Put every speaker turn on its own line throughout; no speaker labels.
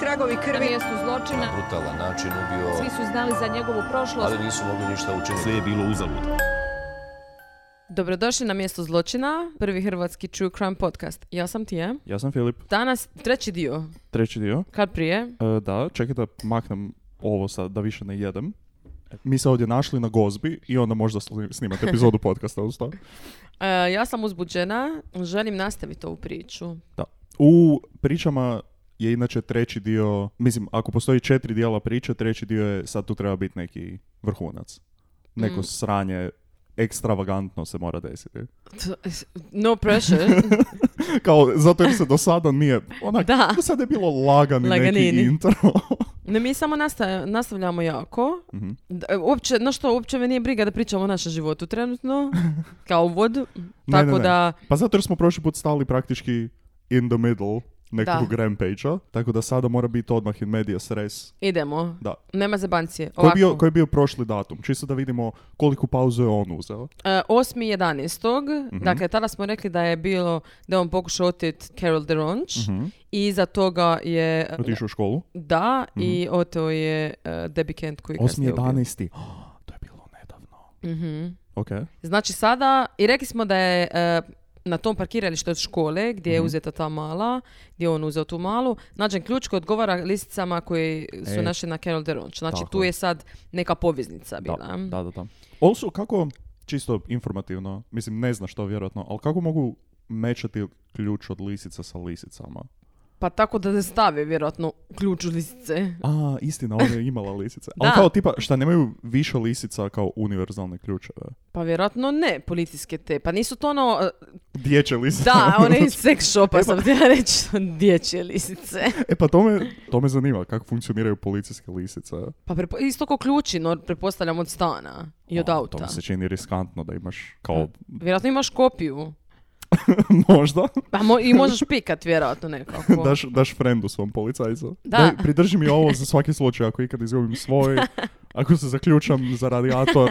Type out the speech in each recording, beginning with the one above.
tragovi
Na
krvi.
mjestu zločina
brutalan način
svi
ubio,
su znali za njegovu prošlost.
ali nisu mogli ništa učiniti.
Sve je bilo uzalud.
Dobrodošli na mjesto zločina, prvi hrvatski True Crime podcast. Ja sam Tije.
Ja sam Filip,
Danas treći dio,
treći dio.
kad prije.
E, da, čekaj da maknem ovo sad, da više ne jedem. Mi se ovdje našli na gozbi i onda možda sli- snimate epizodu podcasta uz to.
E, ja sam uzbuđena, želim nastaviti ovu priču.
Da. U pričama je inače treći dio, mislim, ako postoji četiri dijela priče, treći dio je sad tu treba biti neki vrhunac.
Mm.
Neko sranje ekstravagantno se mora desiti.
No pressure.
Kao, zato jer se do sada nije, onak,
Da.
do sada je bilo lagani
Laganini.
neki intro.
ne, mi samo nastav- nastavljamo jako.
Mhm.
D- e, Uopće, no što, uopće me nije briga da pričamo o našem životu trenutno, kao uvod.
Ne,
Tako
ne, ne.
da,
Pa zato jer smo prošli put stali praktički in the middle nekog
Da.
rampage-a, tako da sada mora biti odmah in medias res.
idemo.
Da.
Nema zebancije.
Koji je,
Ovako.
bio, koji je bio prošli datum? Čisto da vidimo koliku pauzu je on uzeo.
E, 8.11.
Mhm.
Dakle, tada smo rekli da je bilo, da je on pokušao oteti Carol DeRonch i iza toga je, e,
Mhm. Otišao Mhm. u školu?
da, i oteo je e, Debbie Kent koji je Mhm. kasnije ubio.
8.11. Oh, to je bilo nedavno. Ok.
Znači sada, i rekli smo da je e, na tom parkiralištu od škole gdje
Mhm.
je uzeta ta mala, gdje je on uzeo tu malu, nađen ključ koji odgovara lisicama koji su
E.
našli na Carol DeRonch. Znači
Tako
tu
je.
je sad neka poveznica bila.
da, da, da. Also, kako, čisto informativno, mislim ne znaš to vjerojatno, ali kako mogu mečati ključ od lisica sa lisicama?
Pa tako da stave vjerojatno ključ u lisice.
A, istina, ona je imala lisice. Ali
Da.
kao tipa, šta nemaju više lisica kao univerzalne ključeve?
Pa vjerojatno ne, policijske te. Pa nisu to ono, e,
Dječje lisice.
da, one iz sex shopa sam htjela reći, dječje lisice.
E pa to me, to me zanima, kako funkcioniraju policijske lisice.
Pa prepo- isto ko ključi, no pretpostavljam od stana i od
O, Ono, To
auta.
mi se čini riskantno da imaš kao,
Vjerojatno imaš kopiju.
možda,
Pa mo- i možeš pikat vjerojatno nekako.
daš, daš frendu svom policajcu.
Da.
Daj, pridrži mi ovo za svaki slučaj, ako ikad izgubim svoj, ako se zaključam za radijator.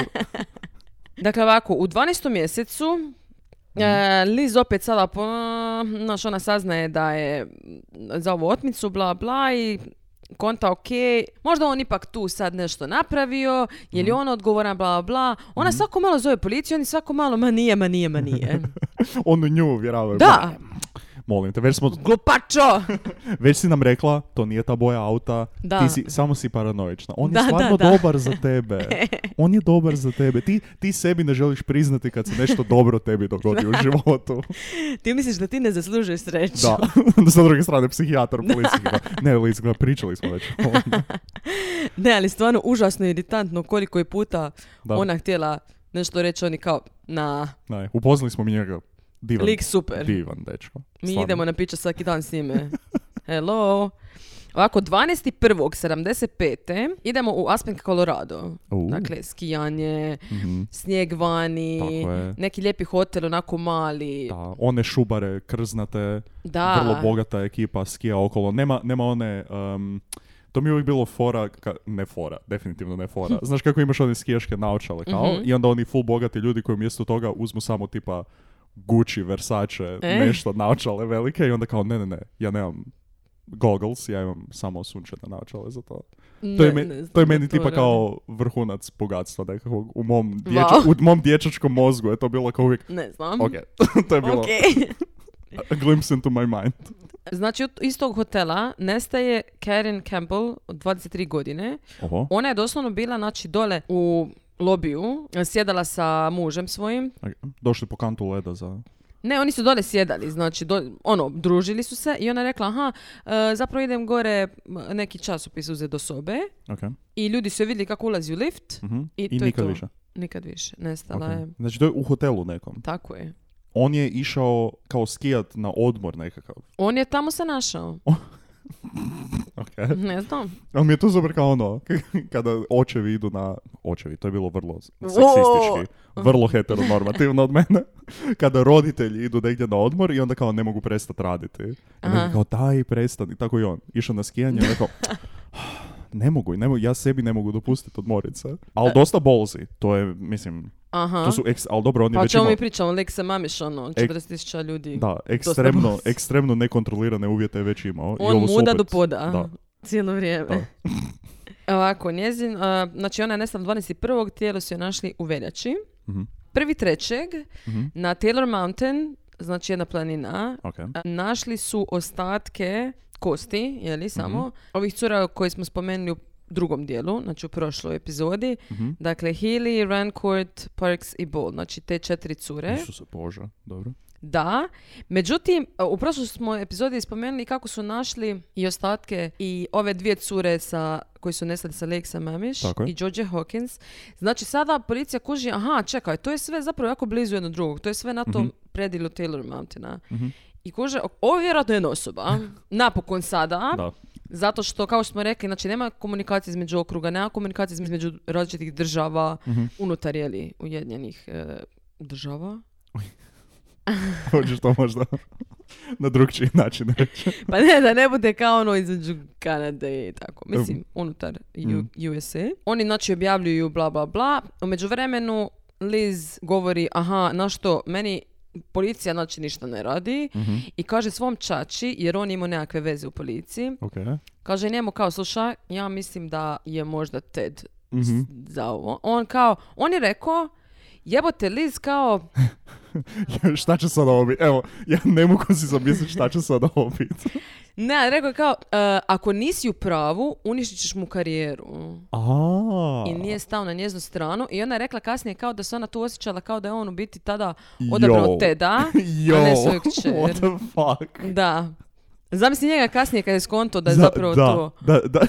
Dakle, ovako, u 12. mjesecu
Mhm.
e, Liz opet sada, po, znaš, ona saznaje da je za ovu otmicu, bla, bla, i konta, ok, možda on ipak tu sad nešto napravio, je
Mhm.
li on odgovoran, bla, bla. Ona svako malo zove policiju, oni svako malo, ma nije, ma nije, ma nije.
On nju uvjeravaju.
da,
Molim te, već, smo,
glupačo!
već si nam rekla, to nije ta boja auta,
Da.
ti si, samo si paranoična. On
Da,
je
da,
stvarno
da.
dobar za tebe. On je dobar za tebe. Ti, ti sebi ne želiš priznati kad se nešto dobro tebi dogodi u životu.
Ti misliš da ti ne zaslužuješ sreću.
Da, onda sa druge strane psihijatar policijski. da. Ne, Liz, gle, pričali smo već. o ovome.
Ne, ali stvarno užasno je iritantno koliko je puta
Da.
ona htjela nešto reći, oni kao, na,
Ne, upoznali smo mi njega. Divan,
lik super.
divan dečko.
Mi
Stvarno.
idemo na piće svaki dan s njime. Hello. Ovako, 12.1.75. idemo u Aspen, Colorado.
U.
Dakle, skijanje,
Mhm.
snijeg vani,
Tako je.
neki lijepi hotel, onako mali.
Da, one šubare, krznate,
Da.
vrlo bogata ekipa, skija okolo. Nema, nema one... em, to mi je uvijek bilo fora, ka- ne fora, definitivno ne fora. Znaš kako imaš one skijaške naočale kao
Mhm.
i onda oni full bogati ljudi koji umjesto toga uzmu samo tipa Gucci, Versace,
E?
nešto naočale velike i onda kao ne, ne, ne, ja nemam goggles, ja imam samo sunčane naočale za to. To je,
Ne-
me-
ne znam
to je
da
meni
to
tipa
radi.
kao vrhunac bogatstva nekakvog u mom, dječa- u mom dječačkom mozgu je to bilo kao uvijek,
Ne znam.
ok, to je bilo
Ok.
a glimpse into my mind.
znači, od istog hotela nestaje Karen Campbell od 23 godine.
Oho.
Ona je doslovno bila, znači, dole u lobiju, sjedala sa mužem svojim,
Došli po kantu leda za...
Ne, oni su dole sjedali, znači, do, ono, družili su se i ona je rekla, aha, e, zapravo idem gore m, neki časopis uze do sobe
Ok.
i ljudi su je vidjeli kako ulazi u lift
Mhm.
i,
I
to
nikad
je to.
više.
Nikad više, nestala
Ok.
je.
Znači to je u hotelu nekom.
Tako je.
On je išao kao skijat na odmor nekakav.
On je tamo se našao,
Ok.
ne znam.
Ali mi je to super kao ono, kada očevi idu na... Očevi, to je bilo vrlo
O!
seksistički, vrlo heteronormativno od mene. Kada roditelji idu negdje na odmor i onda kao ne mogu prestati raditi. I onda
Aha.
kao daj prestani, tako i on. Išao na skijanje i rekao... Ne mogu, ne mogu, ja sebi ne mogu dopustiti odmorit se. Ali dosta bolzi, to je, mislim,
Aha.
To su eks, ali dobro, on je
pa o
već
čemu
imao-
mi pričamo, Lek se mamiš, ono, 40.000 ljudi.
Da, ekstremno,
bolesti.
ekstremno nekontrolirane uvjete je već imao. I
On
ovo su
muda
opet-
do poda.
Da.
cijelo vrijeme. Ovako, njezin, a, znači ona je nestala 12.1. tijelo su joj našli u veljači.
Mhm.
Prvi trećeg na Taylor Mountain, znači jedna planina,
Ok.
a, našli su ostatke kosti, je li samo,
Mhm.
ovih cura koje smo spomenuli u drugom dijelu, znači u prošloj epizodi.
Mhm.
Dakle, Healy, Rancourt, Parks i Ball, znači te četiri cure.
Isuse Bože, dobro.
Da, međutim, e, u prošloj smo epizodi spomenuli kako su našli i ostatke i ove dvije cure sa, koji su nestali sa Lexa Mamiš
Tako je.
i George Hawkins. Znači sada policija kuži, aha, čekaj, to je sve zapravo jako blizu jedno drugog, to je sve na tom
Mhm.
predilu Taylor Mountaina. I kuže, o- ovo je vjerojatno jedna osoba, napokon sada,
Da.
zato što, kao što smo rekli, znači nema komunikacije između okruga, nema komunikacije između različitih država,
Mhm.
unutar, jeli, ujedinjenih e, država.
Hoćeš to možda na drugčiji način reći.
Pa ne, da ne bude kao ono između Kanade i tako. Mislim, unutar U- USA. Oni znači objavljuju bla bla bla. U međuvremenu Liz govori, aha, na što meni policija znači ništa ne radi i kaže svom čači, jer on ima nekakve veze u policiji,
Ok.
kaže njemu kao, slušaj, ja mislim da je možda Ted s-
Mhm.
za ovo. On kao, on je rekao, jebote Liz kao,
Mhm. šta će sad ovo biti? Evo, ja ne mogu si zamisliti šta će sad ovo biti.
ne, rekao je kao, "E, ako nisi u pravu, uništit ćeš mu karijeru.
A.
i nije stao na njeznu stranu i ona je rekla kasnije kao da se ona tu osjećala kao da je on u biti tada odabrao
Yo.
Teda,
Jo,
a ne svoju
what
kćer.
the fuck?
Da. Zamisli njega kasnije kad je skonto da je
Za-
zapravo
da,
to.
Da, da,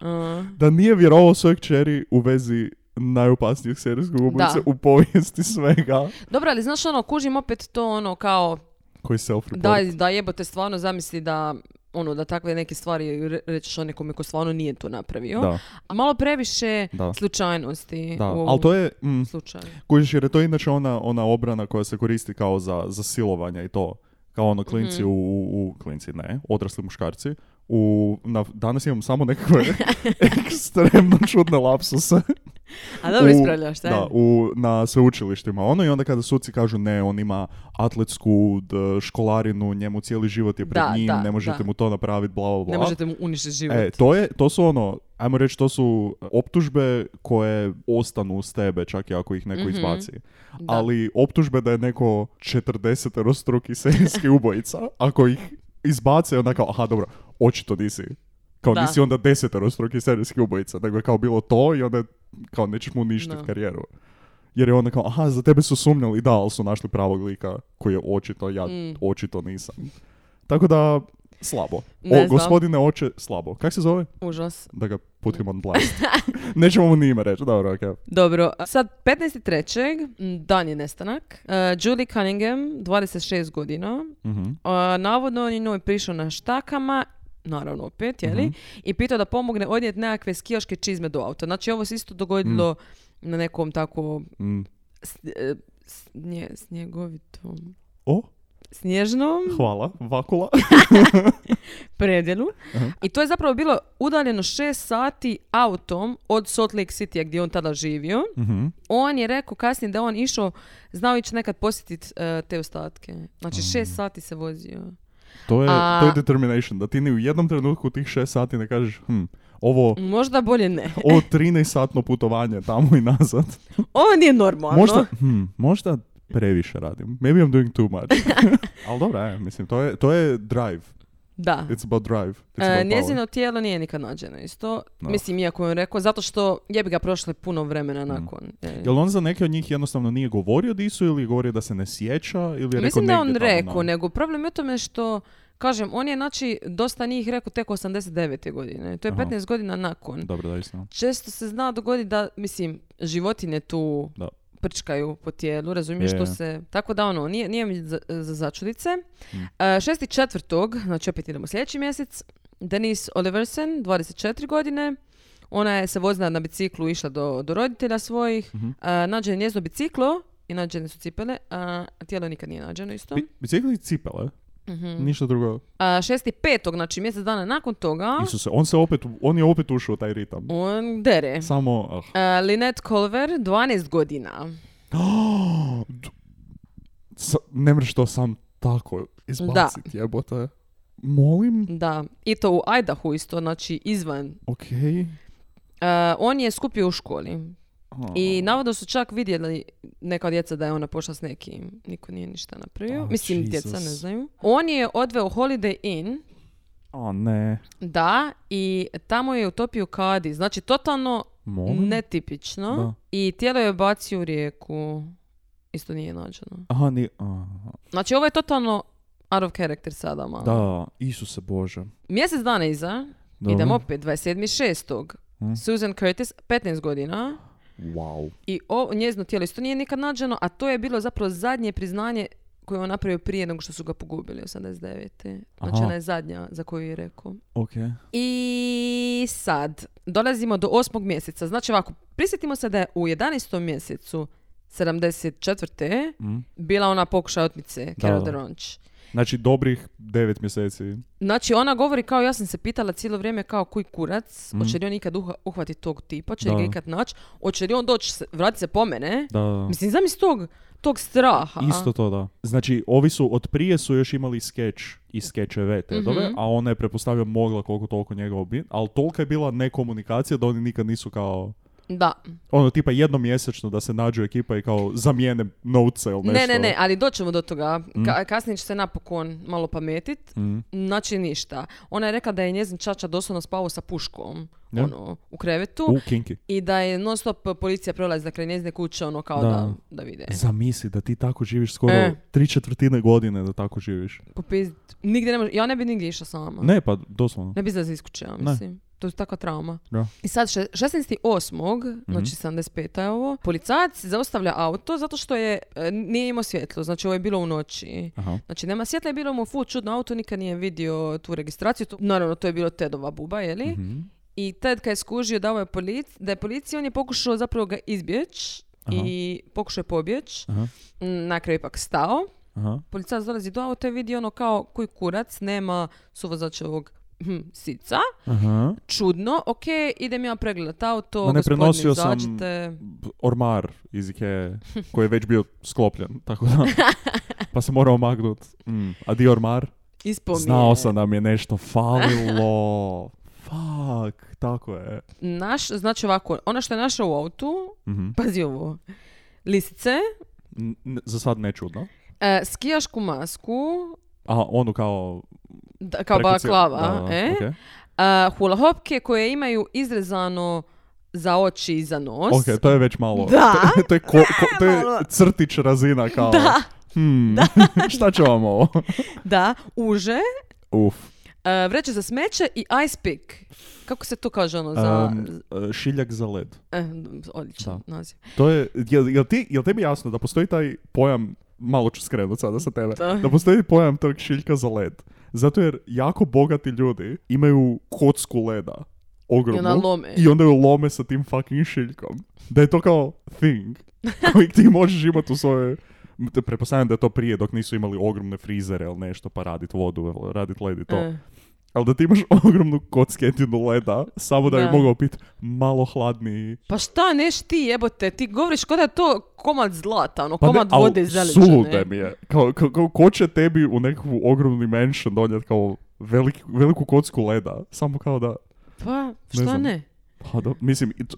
Uh,
da nije vjerovao svojoj kćeri u vezi najopasnijeg serijskog ubojice u povijesti svega.
Dobro, ali znaš ono, kužim opet to ono kao
Koji self-report.
da, da jebote stvarno zamisli da ono da takve neke stvari re- rećeš o nekome ko stvarno nije to napravio.
Da,
A malo previše
Da.
slučajnosti
da.
u ovom
Ali to je... mm,
slučaju.
Kužiš, jer je to inače ona, ona obrana koja se koristi kao za, za silovanja i to. Kao ono klinci
Mhm.
u, u, u- klinci ne, odrasli muškarci. U, na, danas imam samo nekakve ekstremno čudne lapsuse.
A dobro
U-
ispravljaš, šta je?
Da, u, na sveučilištima. Ono i onda kada suci kažu ne, on ima atletsku d- školarinu, njemu cijeli život je pred
Da,
njim,
da,
ne možete
da.
mu to napraviti, bla, bla, bla.
Ne možete mu uništiti život.
E, to, je, to su ono, ajmo reći, to su e, optužbe koje ostanu s tebe, čak i ako ih
Mhm.
neko izbaci. Ali optužbe da je neko 40 struki serijski ubojica, ako ih izbace, onda kao, aha, dobro, očito nisi. Kao
Da.
nisi onda deseterostruki serijski ubojica, nego je kao bilo to i onda je kao nećeš mu uništiti
Da.
karijeru. Jer je onda kao, aha, za tebe su sumnjali, da, ali su našli pravog lika koji je očito, ja
Mm.
očito nisam. Tako da, slabo.
Ne
O,
znam.
gospodine oče, slabo. Kak se zove?
Užas.
Da ga putim on blast. Nećemo mu ni ime reći, dobro, okej.
Dobro, sad 15.3. m, dan je nestanak. Uh, Julie Cunningham, 26 godina.
Mhm.
Uh, navodno on je njoj prišao na štakama, naravno opet, jeli? I pitao da pomogne odnijeti nekakve skijaške čizme do auta. Znači ovo se isto dogodilo na nekom tako
Mm.
s- e, snje- snjegovitom
O,
snježnom
hvala, vakula.
predjelu. I to je zapravo bilo udaljeno 6 sati autom od Salt Lake City gdje je on tada živio.
Mhm.
On je rekao kasnije da je on išao, znao ići nekad posjetiti te ostatke. Znači
Mm.
šest sati se vozio.
To je,
A-
to je determination, da ti ni u jednom trenutku u tih šest sati ne kažeš, hm, ovo,
Možda bolje ne.
ovo 13-satno putovanje tamo i nazad.
Ovo nije normalno.
Možda, hm, možda previše radim. Maybe I'm doing too much. Ali dobro, je, mislim, to je, to je drive.
Da.
It's about drive. It's
E,
about
njezino tijelo nije nikad nađeno isto.
Da.
Mislim, iako je on rekao, zato što je bi ga prošlo puno vremena
Mm.
nakon. E,
power. Jel on za neke od njih jednostavno nije govorio di su ili je govorio da se ne sjeća ili je rekao
Mislim da je on
negdje tamo
rekao,
na-
nego problem je u tome što, kažem, on je znači dosta njih rekao tek 89. godine. To je
Aha.
15 godina nakon.
Dobro, da istina.
često se zna dogoditi da, mislim, životinje tu
Da.
prčkaju po tijelu, razumiješ
Je,
što
je.
se... Tako da ono, nije, nije mi za, za začudice.
Mm.
E, šesti četvrtog, znači opet idemo sljedeći mjesec, Denise Oliversen, 24 godine, ona je se vozila na biciklu, išla do, do roditelja svojih,
Mhm.
E, nađeno je njezno biciklo i nađene su cipele, a tijelo nikad nije nađeno isto.
Bi- Bicikli i cipele.
Mhm.
Ništa drugo.
A, šesti petog, znači mjesec dana nakon toga,
Isuse, on se opet, on je opet ušao u taj ritam.
Mm. on dere.
Samo, ah,
E, Lynette Colver, 12 godina.
sa- ne mreš to sam tako izbacit, jebote. Molim?
Da. I to u Idahu isto, znači izvan.
Okej.
E, on je skupio u školi.
A.
I navodno su čak vidjeli neka djeca da je ona pošla s nekim. Niko nije ništa napravio.
Oh,
Mislim,
Jesus.
djeca ne znaju. On je odveo u Holiday Inn,
A ne.
da, i tamo je utopio kadi. Znači, totalno
Molim?
netipično.
Da.
I tijelo je bacio u rijeku. Isto nije nađeno.
Aha, ni... aha.
Znači, ovo je totalno out of character sada malo.
Da, Isuse Bože.
Mjesec dana iza,
Dobro.
idemo opet, 27.6.
Mm.
Susan Curtis, 15 godina.
Wow.
I o, njezino tijelo isto nije nikad nađeno, a to je bilo zapravo zadnje priznanje koje je on napravio prije nego što su ga pogubili, 89. Znači
Aha.
ona je zadnja za koju je rekao.
Ok.
I sad, dolazimo do osmog mjeseca. Znači ovako, prisjetimo se da je u 11. mjesecu 74.
Mm.
bila ona pokušaj otmice,
Da,
Carol
da.
Deronch.
Znači, dobrih devet mjeseci.
Znači ona govori kao ja sam se pitala cijelo vrijeme kao koji kurac,
Mm.
hoće li on ikad uha- uhvatiti tog tipa, hoće li
Da.
ga ikad naći, hoće li on doći, s- vratit se po mene.
Da.
Mislim, zamisli tog, tog straha.
Isto to, da. Znači, ovi su, od prije su još imali skeč i skečeve tedove,
Mhm.
a ona je pretpostavljam mogla koliko toliko njega obi, ali tolika je bila nekomunikacija da oni nikad nisu kao,
Da.
ono tipa jednomjesečno da se nađu ekipa i kao zamijene notice ili nešto. Mhm.
Ne, ne, ne, ali doćemo do toga. Ka- kasnije će se napokon malo pametit.
Mm.
Znači ništa. Ona je rekla da je njezin čača doslovno spavao sa puškom
Ja.
ono, u krevetu
U, kinky.
i da je non stop policija prolazila kraj njezine kuće ono kao
Da.
da, da, vide.
Zamisli da ti tako živiš skoro
E.
tri četvrtine godine da tako živiš.
Popiz... Nigdje ne može... Ja ne bi nigdje išla sama.
Ne, pa doslovno.
Ne bi izlazila iz kuće, ja
Ne.
mislim. To je takva trauma.
Da. Mhm.
I sad še- 16.8., znači 75. je ovo, policajac zaustavlja auto zato što je, e, nije imao svjetlo, znači ovo je bilo u noći.
Aha.
Znači, nema svjetla je bilo mu ful čudno auto, nikad nije vidio tu registraciju. To- naravno, to je bilo Tedova buba, je li?
Mhm.
I Ted kad je skužio da, ovo je polic, da je policija, on je pokušao zapravo ga izbjeć
Aha.
i pokušao je pobjeć.
Aha.
Mm, Na kraju je ipak stao.
Aha.
Policajac dolazi do auta i vidi ono kao koji kurac, nema suvozačevog hm, sica.
Aha.
Čudno, ok, idem ja pregledat auto,
Ma ne,
gospodine,
prenosio sam-
izađite.
B- Ormar iz Ikee koji je već bio sklopljen, tako da. Pa se morao magnut. Mm. A di ormar?
Ispao mi
Znao
je.
sam da mi je nešto falilo. Fuck, tako je.
Naš, znači ovako, ono što je našao u autu,
Mhm.
pazi ovo, lisice,
N- n- za sad nečudno.
E, skijašku masku,
A onu kao...
da, kao
preko cijel-
baklava,
da, da,
e?
ok.
A, hula hopke koje imaju izrezano za oči i za nos.
Ok, to je već malo...
Da.
to je- to, je ko- ko- to je
malo.
crtić razina kao...
Da,
Hmm, šta će vam ovo?
da, uže,
Uf.
e, vreće za smeće i ice pick. Kako se to kaže ono za...
Um, e, šiljak za led.
e, odličan naziv.
To je, jel, jel, ti, jel tebi jasno da postoji taj pojam, malo ću skrenut sada sa tebe,
Da.
da. postoji pojam tog šiljka za led. Zato jer jako bogati ljudi imaju kocku leda, ogromnu,
I ona lome.
i onda ju lome sa tim fucking šiljkom. Da je to kao thing koji ti možeš imati u svojoj te- Pretpostavljam da je to prije dok nisu imali ogromne frizere ili nešto pa radit vodu, radit led i to.
E,
Ali da ti imaš ogromnu kocketinu leda, samo da,
Da.
bi mogao biti malo hladniji.
pa šta neš ti jebote, ti govoriš kao da je to komad zlata, ono,
Pa ne,
komad
al
vode zaleđene.
Sulude mi je. Kao, kao, kao ko će tebi u nekakvu ogromnu dimension donijeti kao veliki, veliku kocku leda. Samo kao da...
Pa, šta ne?
znam. Pa da, mislim, i to-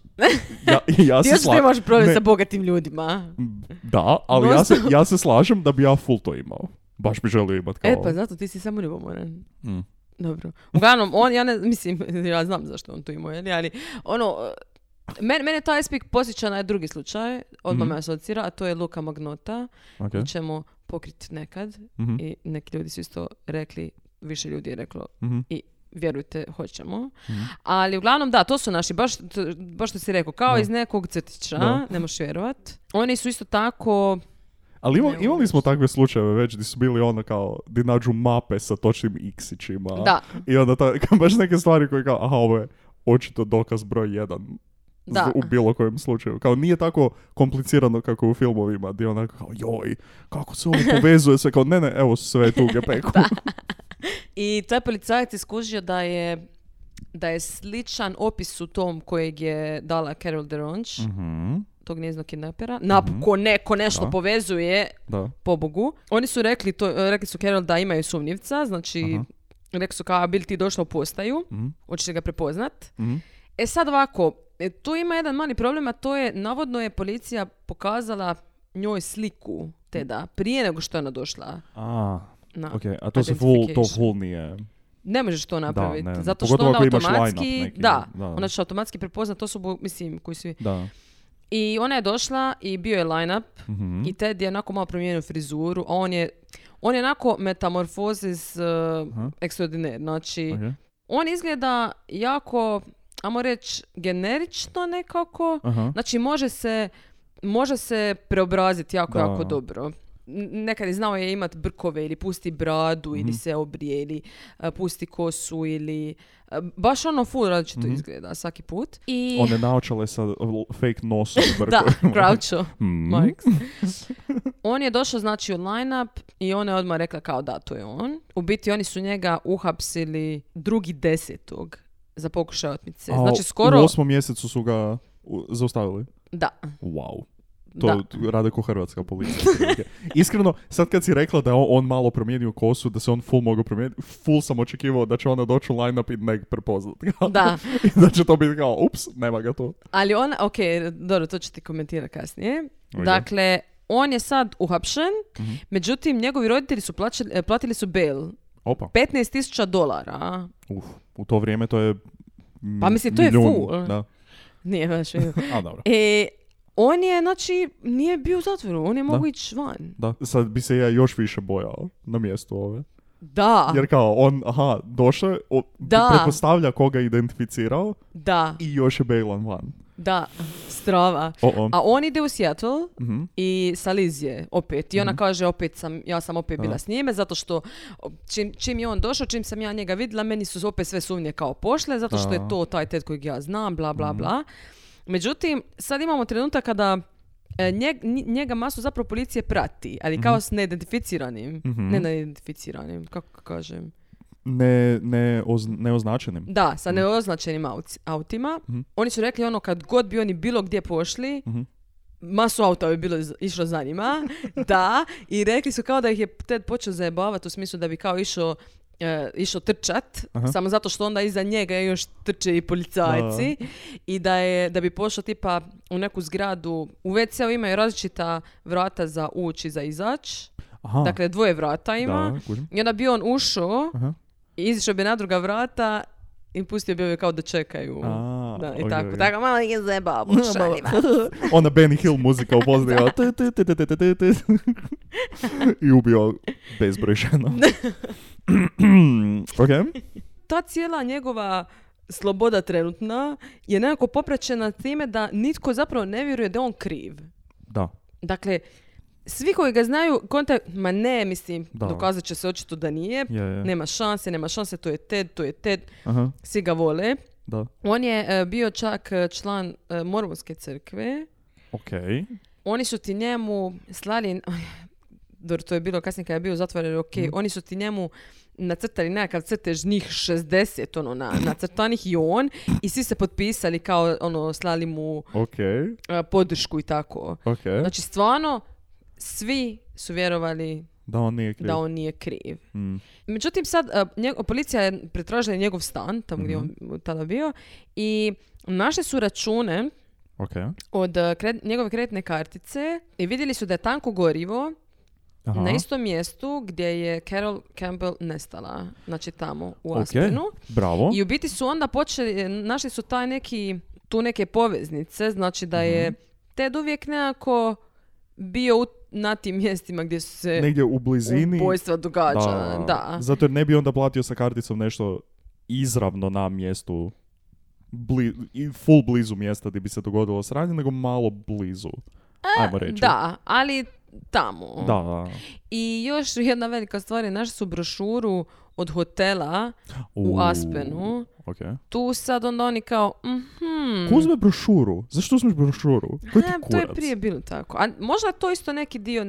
ja, i ja
Ti
se
još ne
slažem.
možeš provesti sa bogatim ljudima.
Da, ali
Non
ja se,
stop.
ja se slažem da bi ja full to imao. Baš bi želio imat kao...
E, pa zato ti si samo ljubomoran.
Mm.
Dobro. Uglavnom, on, ja ne, mislim, ja znam zašto on to imao, jeli, ali, ono, men, mene taj ispik posjeća na drugi slučaj, odmah
Mhm.
me asocira, a to je Luka Magnota,
Ok.
okay. ćemo pokriti nekad.
Mhm,
I neki ljudi su isto rekli, više ljudi je reklo,
mhm.
vjerujte, hoćemo.
Mhm.
Ali uglavnom, da, to su naši, baš, to- baš što si rekao, kao
Da.
iz nekog crtića,
Da.
ne možeš vjerovat. Oni su isto tako,
Ali ima-
Ne mogu
imali smo
reći.
takve slučajeve već gdje su bili ono kao, di nađu mape sa točnim iksićima.
da,
I onda ta, baš neke stvari koje kao, aha, ovo je očito dokaz broj jedan.
Da.
za- u bilo kojem slučaju. Kao nije tako komplicirano kako u filmovima, gdje onako kao, joj, kako se ovo povezuje sve, kao, ne, ne, evo sve tu u gepeku.
I taj policajac je skužio da je da je sličan opis u tom kojeg je dala Carol Deronch,
Mhm,
tog njeznog kidnapera. Napokon neko nešto
Da.
povezuje,
da.
pobogu. Oni su rekli, to, rekli su Carol da imaju sumnjivca, znači
Aha. Mhm.
Rekli su kao, "A, bil ti došla u postaju, hoćete ga prepoznat. E sad ovako, e, tu ima jedan mali problem, a to je, navodno je policija pokazala njoj sliku Teda prije nego što je ona došla.
A,
Na
ok, a to se full, to
identification.
full nije.
Ne možeš to napraviti,
ne, ne.
zato što
Pogotovo
onda
ako imaš
automatski,
line-up neki,
da,
da, da.
ona će automatski prepoznat, to su, bu- mislim, koji svi.
Da.
I ona je došla i bio je line-up
Mhm.
i Ted je onako malo promijenio frizuru, a on je, on je onako metamorfozis uh, extraordinaire, znači
ok.
on izgleda jako, ajmo reći, generično nekako,
Aha.
znači može se, može se preobraziti jako,
Da.
jako dobro. N- Nekad je znao je imat brkove ili pusti bradu
Mhm.
ili se obrije ili e, pusti kosu ili e, baš ono full različito
Mhm.
izgleda svaki put. I
One naočale sa l- fake nosom. i
da,
brkovima.
Groucho.
Mhm.
Marx. On je došao znači u line-up i ona je odmah rekla kao da, to je on. U biti oni su njega uhapsili drugi desetog za pokušaj otmice.
A
Znači
u-
skoro...
U osmom mjesecu su ga u- zaustavili.
Da,
Wow.
da.
To rade ko hrvatska policija. otprilike. Iskreno, sad kad si rekla da je on, on malo promijenio kosu, da se on full mogao promijeniti, full sam očekivao da će ona doći u line-up i nek prepoznat ga.
Da.
I da će to biti kao, ups, nema ga tu.
Ali on, ok, dobro, to ću ti komentirati kasnije.
Ok.
Dakle, on je sad uhapšen, međutim, njegovi roditelji su plaćali, eh, platili su bail.
Opa.
15 tisuća dolara.
Uf, u to vrijeme to je mm,
Pa mislim, to je
milijun.
full.
Da.
Nije baš vidio.
A, dobro.
E, on je, znači, nije bio u zatvoru, on je mogao ići van.
Da. Sad bi se ja još više bojao na mjestu ove.
Da,
Jer kao, on, aha, došao, je, o-
Da.
pretpostavlja koga je identificirao
da,
i još je Bejlan van.
da, strava.
O-o.
A on ide u Seattle i sa Liz je opet. I ona kaže opet sam, ja sam opet bila s njime zato što čim, čim je on došao, čim sam ja njega vidjela, meni su opet sve sumnje kao pošle zato što je
Da.
to taj Ted kojeg ja znam, bla, bla, bla. Međutim, sad imamo trenutak kada e, njeg- nj- njega masu zapravo policije prati, ali kao s neidentificiranim. Ne neidentificiranim, kako kažem.
Ne, ne, oz, neoznačenim.
Da, sa neoznačenim auc- autima. Oni su rekli ono kad god bi oni bilo gdje pošli, masu auta bi bilo iz- išlo za njima. da, i rekli su kao da ih je Ted počeo zajebavati u smislu da bi kao išao e, išao trčat, samo zato što onda iza njega još trče i policajci i da, je, da bi pošao tipa u neku zgradu, u WC-u imaju različita vrata za ući i za izać,
Aha.
dakle dvoje vrata ima,
Da, kužim.
i onda bi on ušao
Aha.
i izišao bi na druga vrata i pustio bi ove kao da čekaju.
A,
da, i
ok,
tako.
ok.
Tako, malo ih je zajebao, pošaljima.
Ona Benny Hill muzika u pozadini, ono, tu, tu, tu, tu, tu, tu, tu. I ubio bezbroj žena. ok.
Ta cijela njegova sloboda trenutna je nekako popraćena time da nitko zapravo ne vjeruje da je on kriv.
Da.
Dakle, svi koji ga znaju, konta, ma ne, mislim,
Da.
dokazat će se očito da nije,
Je, je.
nema šanse, nema šanse, to je Ted, to je Ted,
Aha.
svi ga vole.
Da.
On je e, bio čak e, član e, mormonske crkve,
Ok.
oni su ti njemu slali, dobro, to je bilo kasnije kada je bio zatvoren, ok,
Mhm.
oni su ti njemu nacrtali nekakav crtež njih 60, ono, na, nacrtanih i on, i svi se potpisali kao, ono, slali mu
Ok.
e, podršku i tako.
Ok.
Znači, stvarno, svi su vjerovali
Da on nije kriv.
da on nije kriv.
Mm.
Međutim, sad e, njego- policija je pretražila njegov stan, tamo gdje je
Mhm.
on tada bio, i našli su račune
Ok.
od e, kred- njegove kreditne kartice i vidjeli su da je tanko gorivo
Aha.
na istom mjestu gdje je Carol Campbell nestala, znači tamo u
Ok.
Aspenu.
Bravo.
I u biti su onda počeli, našli su taj neki, tu neke poveznice, znači da je
Mhm.
Ted uvijek nekako bio u, na tim mjestima gdje su se
Negdje u blizini.
ubojstva događa. Da.
Zato jer ne bi onda platio sa karticom nešto izravno na mjestu bli- i full blizu mjesta gdje bi se dogodilo sranje, nego malo blizu. Ajmo reći.
E, Da, ali tamo.
Znači. Da, da.
I još jedna velika stvar je, našli su brošuru od hotela u
U,
Aspenu. Mm.
Ok.
Tu sad onda oni kao, mhm,
Ko uzme brošuru? Zašto uzmeš brošuru? Koji ti
Ne, E, to
kurac?
je prije bilo tako. A možda je to isto neki dio,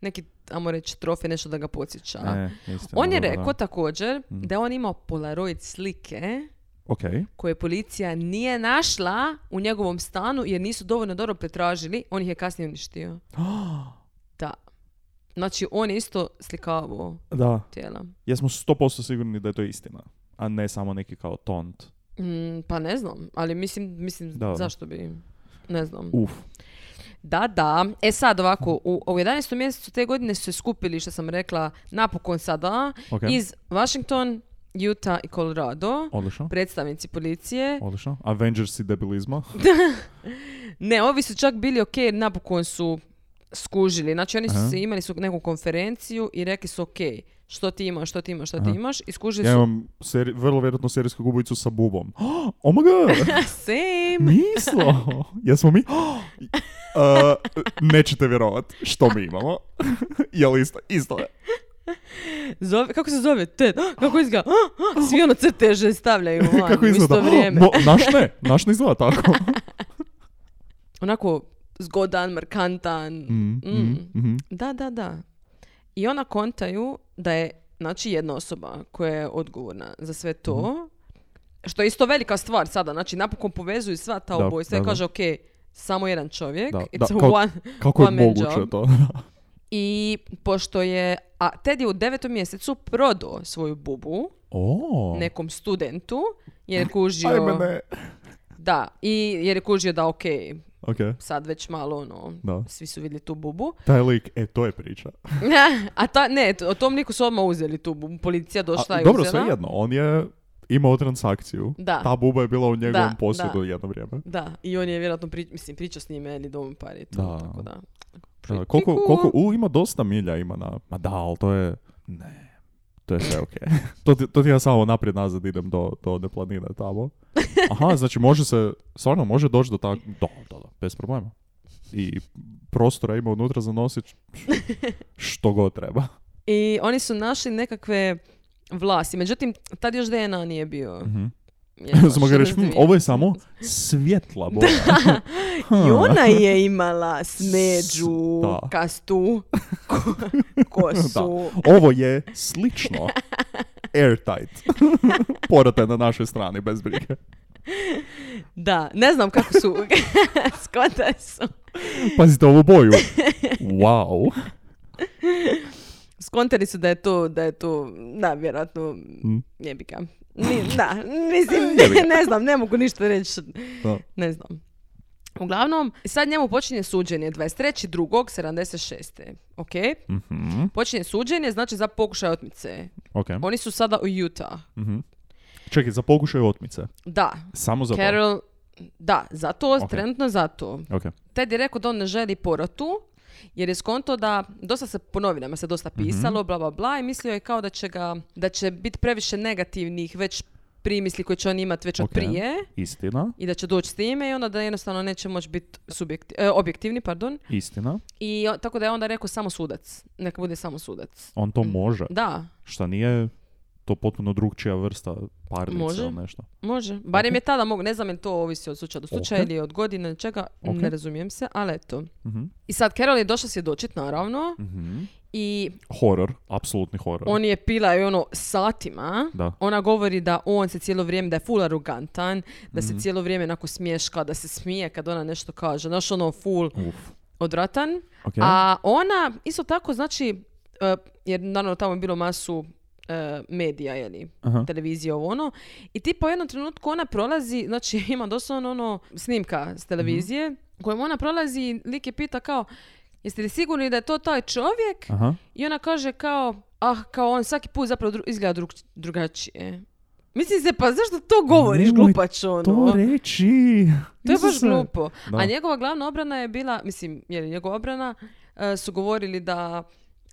neki, ajmo reći, trofej, nešto da ga podsjeća.
E, istina,
on je
dobro, da. Mm.
rekao također da je on imao polaroid slike
Ok.
koje policija nije našla u njegovom stanu jer nisu dovoljno dobro pretražili. On ih je kasnije uništio. Da. Znači, on je isto slikavao
Da,
tijela.
jesmo 100% sigurni da je to istina, a ne samo neki kao tont.
Mm, pa ne znam, ali mislim, mislim
Da.
zašto bi... Ne znam.
Uf.
Da, da. E sad ovako, u, u 11. mjesecu te godine su se skupili, što sam rekla, napokon sada,
Ok,
iz Washington, Utah i Colorado.
odlično.
Predstavnici policije.
Odlično. Avengersi debilizma.
Ne, ovi su čak bili ok, napokon su skužili. Znači oni su
Aha.
se- imali su neku konferenciju i rekli su ok, što ti imaš, što ti imaš, što
Aha.
ti imaš. I skužili
Ja
su
imam seri- vrlo vjerojatno serijskog ubojicu sa bubom. Oh my god!
same.
Mislo! Jesmo mi? Uh, nećete vjerovat što mi imamo. Jel isto? Isto je.
Zove, kako se zove? Ted, Ah, kako izgleda? Ah, ah, Svi ono crteže stavljaju van
Kako
Pa, u
izgleda?
isto vrijeme.
No, naš ne. Naš ne izgleda tako.
Onako zgodan, markantan.
Mm, mm, mhm.
Da, da, da. I ona kontaju da je, znači, jedna osoba koja je odgovorna za sve
Mhm.
to, što je isto velika stvar sada, znači, napokon povezuju sva ta
Da,
ubojstva
da,
i
da.
kaže, ok, samo jedan čovjek,
Da,
it's
da,
a
kao-
one-
Kako je
One man
moguće
job.
to?
I pošto je, a Ted je u devetom mjesecu prodao svoju bubu
O,
nekom studentu, jer je
ajme
kužio,
ne.
da, i jer je kužio da, ok,
Ok,
sad već malo, ono,
da.
svi su vidjeli tu bubu.
Taj lik, e, to je priča.
A ta, ne, t- o tom liku su odmah uzeli tu bubu. Policija došla
A,
i
dobro,
uzela.
sve jedno. On je imao transakciju.
Da.
Ta buba je bila u njegovom
Da,
posjedu
da.
jedno vrijeme.
Da, i on je vjerojatno pri, mislim, pričao s njime ili dom par i to,
Da.
tako da.
Da,
Pretty
Ono, koliko,
cool.
koliko, u, ima dosta milja ima na, ma da, ali to je, ne, to je sve okej. to, ti- to ti ja samo naprijed nazad idem do, do one planine tamo. Aha, znači može se, stvarno može doći do tak, da, da, da, bez problema. I prostora ima unutra za nosit što god treba.
I oni su našli nekakve vlasti, međutim, tad još DNA nije bio.
Mhm.
je, baš
Samo ga reći, hm,
62.
ovo je samo svjetla boja.
I ona je imala smeđu
S- da.
kastu, ko- kosu.
Ovo je slično airtight. Porate na našoj strani, bez brige.
Da. ne znam kako su, skontali su,
Pazite ovu boju. Wow.
skontali su da je to, da je to, da, vjerojatno,
Mm.
jebi ga. Ni, da, mislim,
Jebi ga.
ne znam, ne mogu ništa reći.
Da.
Ne znam. Uglavnom, sad njemu počinje suđenje 23.2.76. Ok?
Mhm,
Počinje suđenje, znači za pokušaj otmice.
ok.
Oni su sada u Utah.
Mhm. Čekaj, za pokušaj otmice.
Da,
Samo za to?
Carol... Da, zato,
Ok.
trenutno zato.
Ok.
Ted je rekao da on ne želi porotu, jer je skonto da, dosta se po novinama se dosta
Mhm.
pisalo, bla, bla, bla, i mislio je kao da će ga, da će biti previše negativnih već primisli koje će on imati već od
Ok.
prije
Istina,
i da će doći s time i onda da jednostavno neće moći biti subjekti- e, objektivni, pardon,
istina.
I o- tako da je onda rekao samo sudac. Neka bude samo sudac.
On to može.
Da,
Šta nije to potpuno drugčija vrsta parnice
Može.
ili nešto.
može. Barem je tada mogu, ne znam je li to ovisi od slučaja do slučaja
Ok.
ili od godine ili čega,
Ok.
ne razumijem se, ali eto.
Mhm,
I sad Carol je došla svjedočit naravno
mhm.
i
Horor, apsolutni horor.
on je pila i ono satima.
Da.
Ona govori da on se cijelo vrijeme, da je full arogantan, da
Mhm.
se cijelo vrijeme onako smješka, da se smije kad ona nešto kaže. Znaš ono full
Uf.
odvratan.
Ok.
A ona isto tako, znači, e, jer naravno tamo je bilo masu e, medija, jeli,
Aha.
televizije ovo ono, i tipa u jednom trenutku ona prolazi, znači ima doslovno ono snimka
Mhm.
s televizije, kojom ona prolazi i lik je pita kao, jeste li sigurni da je to taj čovjek?
Aha.
I ona kaže kao, ah, kao on svaki put zapravo dru- izgleda drug- drugačije. Mislim se, pa zašto to govoriš,
Nemoj
glupač ono?
To reći.
To je baš
Isuse.
glupo.
Da.
A njegova glavna obrana je bila, mislim, je li njegova obrana, e, su govorili da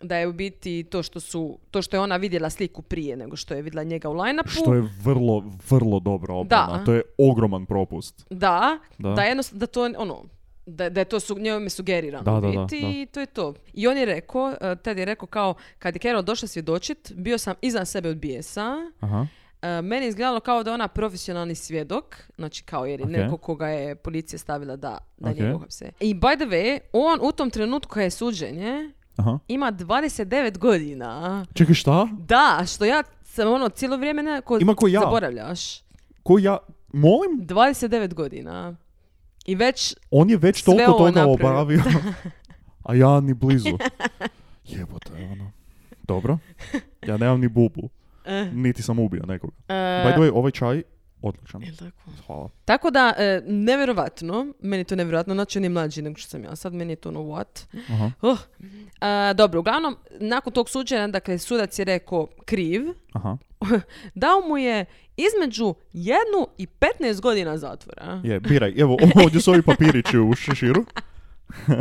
da je u biti to što su to što je ona vidjela sliku prije nego što je vidjela njega u line-upu.
Što je vrlo, vrlo dobro obrana.
Da.
To je ogroman propust.
Da,
Da.
da, jednostavno da to ono da, da je to su, njome sugerirano
Da, da,
u
da,
biti
da.
i to je to. I on je rekao, e, Ted je rekao kao kad je Carol došla svjedočit, bio sam iznad sebe od bijesa.
Aha.
E, meni je izgledalo kao da je ona profesionalni svjedok, znači kao jer je
Ok.
neko koga je policija stavila da, da
Ok.
njega uhapse. I by the way, on u tom trenutku kad je suđenje,
Aha.
ima 29 godina.
Čekaj, šta?
Da, što ja sam ono cijelo vrijeme nekako
Ima ko ja.
zaboravljaš.
Ko ja... Molim?
29 godina. I već
On je već
Sve
toliko
ovo
toga
napravio.
obavio. A ja ni blizu. Jebote, ono. Dobro. Ja nemam ni bubu.
Eh,
Niti sam ubio nekoga.
eh,
By the way, ovaj čaj, odličan.
jel tako?
Hvala.
Tako da, e, nevjerovatno, meni je to nevjerovatno, znači on je mlađi nego što sam ja, sad meni je to ono what.
Aha,
Uh. A, dobro, uglavnom, nakon tog suđenja, dakle, sudac je rekao kriv,
aha.
dao mu je između jednu i 15 godina zatvora.
Je, biraj. Evo, ovdje su ovi papirići u šeširu.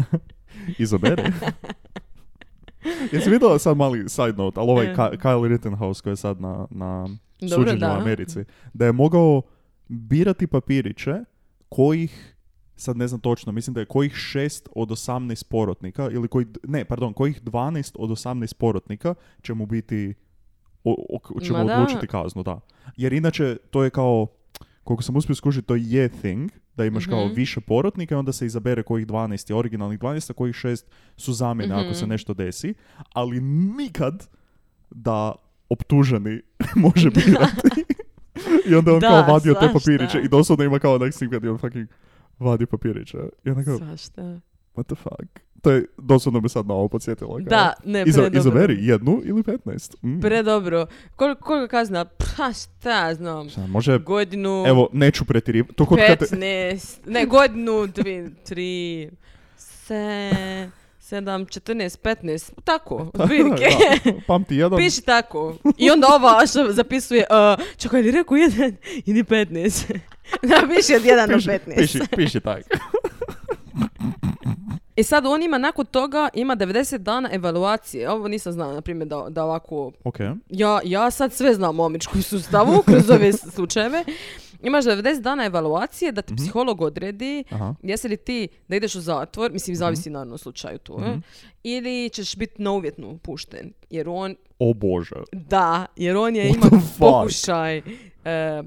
Izabere. Jesi vidjela sad mali side note, ali ovaj
E.
Ka- Kyle Rittenhouse koji je sad na, na
Dobro,
suđenju
da.
u Americi, da je mogao birati papiriće kojih sad ne znam točno, mislim da je kojih šest od 18 porotnika, ili koji, ne, pardon, kojih 12 od 18 porotnika će mu biti, o, o- će mu
Ma da.
odlučiti kaznu, da. Jer inače, to je kao, koliko sam uspio skužiti, to je thing, da imaš kao
Mhm.
više porotnika i onda se izabere kojih 12 je originalnih 12, a kojih šest su zamjene ako se
Mhm.
nešto desi, ali nikad da optuženi može birati. I onda je on
Da,
kao vadio te
svašta.
papiriće i doslovno ima kao onak snimka gdje on fucking vadi papiriće. I onda kao,
Svašta.
what the fuck? To je, doslovno me sad na ovo podsjetilo. Kao,
Da, ne,
iza-
predobro.
izaberi jednu ili 15. Mm.
Predobro. Koliko, koliko kazna? Pa šta ja znam.
Šta, može,
Godinu,
evo, neću pretirivati. To kod kad te-
15, ne, godinu, dvi, tri, se, sedam, 14, 15, tako, otprilike.
Da, pamti jedan.
Piši tako. I onda ova što zapisuje, uh, čekaj, je rekao jedan ili 15? Napiši od 1 do
piši,
15.
Piši, piši tak.
I E sad on ima nakon toga, ima 90 dana evaluacije. Ovo nisam znala, na primjer, da, da ovako...
Ok.
Ja, ja sad sve znam o omičkom sustavu kroz ove s- slučajeve. Imaš 90 dana evaluacije da ti psiholog odredi
Mhm. Aha. Mhm.
jesi li ti da ideš u zatvor, mislim zavisi naravno o slučaju tu, e, ili ćeš biti na uvjetnu pušten, jer on
O bože.
Da, jer on je
What
imao
the fuck?
pokušaj e,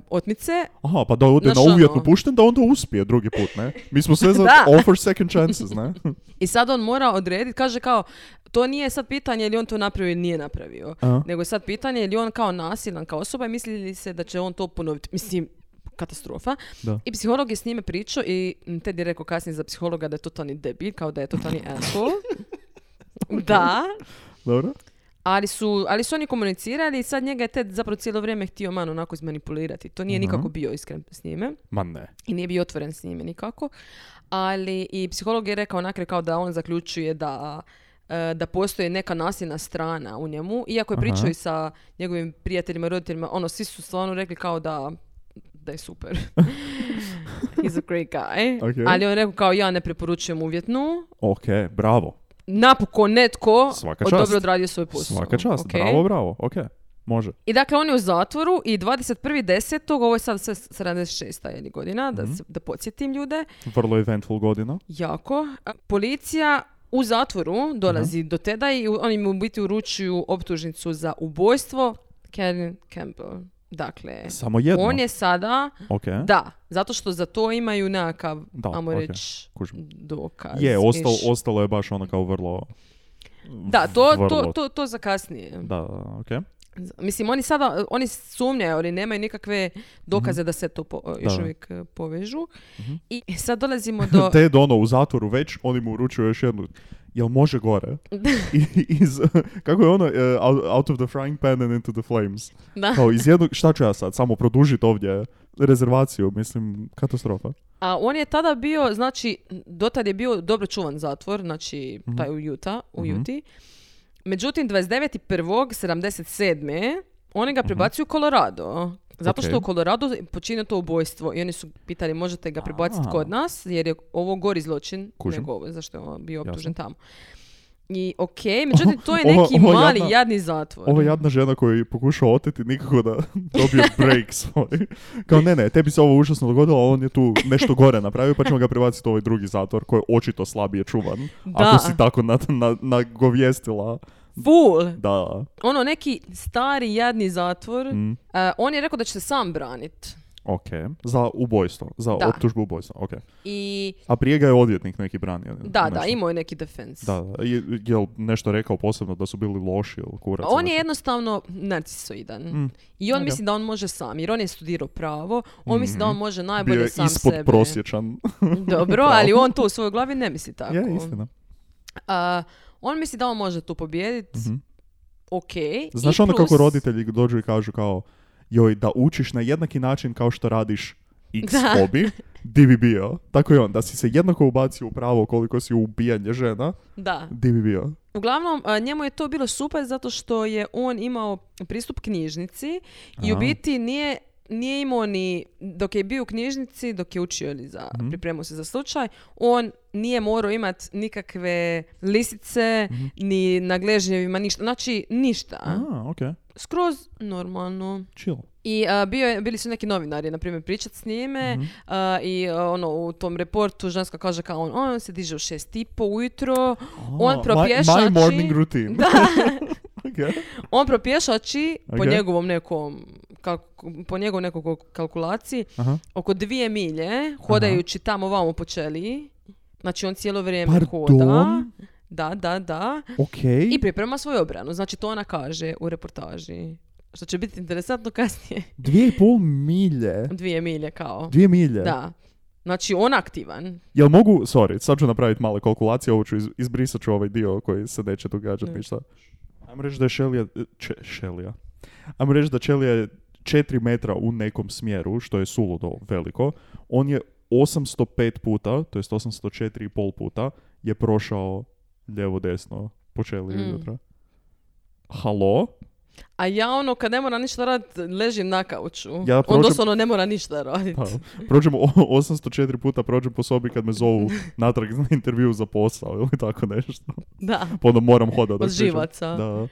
otmice.
Aha, pa da ode
Znaš
na uvjetnu
ono-
pušten, da onda uspije drugi put, ne? Mi smo sve za
Da.
all for second chances, ne?
I sad on mora odrediti, kaže kao, to nije sad pitanje je li on to napravio ili nije napravio.
Aha.
Nego je sad pitanje je li on kao nasilan kao osoba i misli li se da će on to ponoviti. Mislim, katastrofa.
Da.
I psiholog je s njime pričao i mm, Ted je rekao kasnije za psihologa da je totalni debil, kao da je totalni asshole. da,
Dobro?
ali su, ali su oni komunicirali i sad njega je Ted zapravo cijelo vrijeme htio man onako izmanipulirati. To nije nikako bio iskren s njime.
Ma ne.
i nije bio otvoren s njime nikako. Ali i psiholog je rekao nakre kao da on zaključuje da e, da postoji neka nasilna strana u njemu, iako je
Aha.
pričao i sa njegovim prijateljima i roditeljima, ono, svi su stvarno rekli kao da da je super. He's a great guy.
Ok.
Ali on je rekao kao ja ne preporučujem uvjetnu.
Ok, bravo.
Napokon netko
Svaka
od-
čast.
dobro odradio svoj posao.
Svaka čast,
Ok?
bravo, bravo. Ok, može.
I dakle, on je u zatvoru i 21.10. ovo je sad sve 76. je li godina,
Mhm.
da, se, da podsjetim ljude.
Vrlo eventful godina.
Jako. A, Policija u zatvoru dolazi
Mhm.
do Teda i u- oni mu u biti uručuju optužnicu za ubojstvo Karen Campbell. Dakle,
Samo jedno.
on je sada,
Ok.
da, zato što za to imaju nekakav,
Da,
ajmo
ok,
reći,
kužim.
dokaz.
Je, ostalo,
iš.
ostalo je baš ono kao vrlo...
Da, to, to,
vrlo-
to, to za kasnije.
Da, da, ok.
Mislim, oni sada, oni sumnjaju, ali nemaju nikakve dokaze da se to po-
Mhm. Da.
još
Mhm.
uvijek e, povežu. I sad dolazimo do...
Ted ono u zatvoru već, oni mu uručuju još jednu jel može gore? I, iz, kako je ono, e, out- out of the frying pan and into the flames.
Da.
Kao iz jednog, šta ću ja sad, samo produžit ovdje rezervaciju, mislim, katastrofa.
A on je tada bio, znači, dotad je bio dobro čuvan zatvor, znači,
Mhm.
taj u Utah, u Uti. Međutim, 29.1.77. oni ga prebacuju u Colorado. Zato što
Mhm. Ok.
u Colorado počinio to ubojstvo i oni su pitali možete ga prebaciti
A.
kod nas jer je ovo gori zločin
Kužim.
nego ovo zašto je on bio
Jasno.
optužen tamo. I okej, međutim to je
Ovo-
neki
ovo
mali
jadna-
jadni zatvor.
Ova jadna žena koju je pokušao oteti nikako da dobije break svoj. Kao ne, ne, tebi se ovo užasno dogodilo, a on je tu nešto gore napravio, pa ćemo ga prebaciti u ovaj drugi zatvor koji je očito slabije čuvan.
Da.
Ako si tako na, na, nagovijestila.
Ful!
Da,
Ono neki stari jadni zatvor.
Mm.
A, on je rekao da će se sam branit.
ok. Za ubojstvo, za
Da.
optužbu ubojstva, ok.
I
A prije ga je odvjetnik neki branio. ne-
Da, da,
nešto.
imao je neki defense.
Da, da. Je, jel nešto rekao posebno da su bili loši ili kurac? ili
On je
nešto?
jednostavno narcisoidan.
Mm.
I on
Ok.
misli da on može sam, jer on je studirao pravo, on misli da on može najbolje
Mhm. Bio je
sam
ispod
sebe.
prosječan.
Dobro, ali on to u svojoj glavi ne misli tako.
je, istina.
A, On misli da on može tu pobijediti.
Mhm.
Ok.
Znaš
I
ono
plus-
kako roditelji dođu i kažu kao, joj, da učiš na jednaki način kao što radiš x
Da.
hobi, di bi bio. Tako i on, da si se jednako ubacio u pravo koliko si u ubijanje žena,
Da.
di bi bio.
Uglavnom, a, njemu je to bilo super zato što je on imao pristup knjižnici i u
A.
biti nije, nije imao ni, dok je bio u knjižnici, dok je učio ili za,
Mhm.
pripremao se za slučaj, on nije morao imati nikakve lisice, ni na gležnjevima, ništa. Znači, ništa.
Mhm. A, okej,
Skroz normalno.
chill.
I a, bio je, bili su neki novinari, na primjer, pričat s njime
Mhm.
a, i a, ono, u tom reportu ženska kaže kao on, on se diže u šest i po ujutro,
A,
on
my-
propješači...
My, morning routine.
Da,
Okej.
on propješači po
Ok.
njegovom nekom, kalk- po njegovom nekom kalkulaciji
Aha.
oko dvije milje, hodajući tamo vamo po čeliji. Znači on cijelo vrijeme hoda.
Pardon?
Da, da, da.
Okej.
I priprema svoju obranu. Znači to ona kaže u reportaži. Što će biti interesantno kasnije.
Dvije i pol milje.
Dvije milje kao.
Dvije milje.
Da. Znači on aktivan.
Jel mogu, sorry, sad ću napraviti male kalkulacije, ovo ću iz, izbrisat ću ovaj dio koji se neće događati
Ne.
ništa. Ajmo reći da je Šelija, če, Šelija. Ajmo reći da Čelija je 4 metra u nekom smjeru, što je suludo veliko. On je 805 puta, to jest 804,5 puta, je prošao lijevo-desno po Čeliji
Mm.
jutra. Halo?
A ja ono kad ne mora ništa raditi ležim na kauču.
Ja
On
prođem-
doslovno ne mora ništa raditi.
Pa, prođem o- 804 puta prođem po sobi kad me zovu natrag na intervju za posao ili tako nešto.
Da.
Pa onda moram hodati. da
Od
stižem.
živaca.
Da.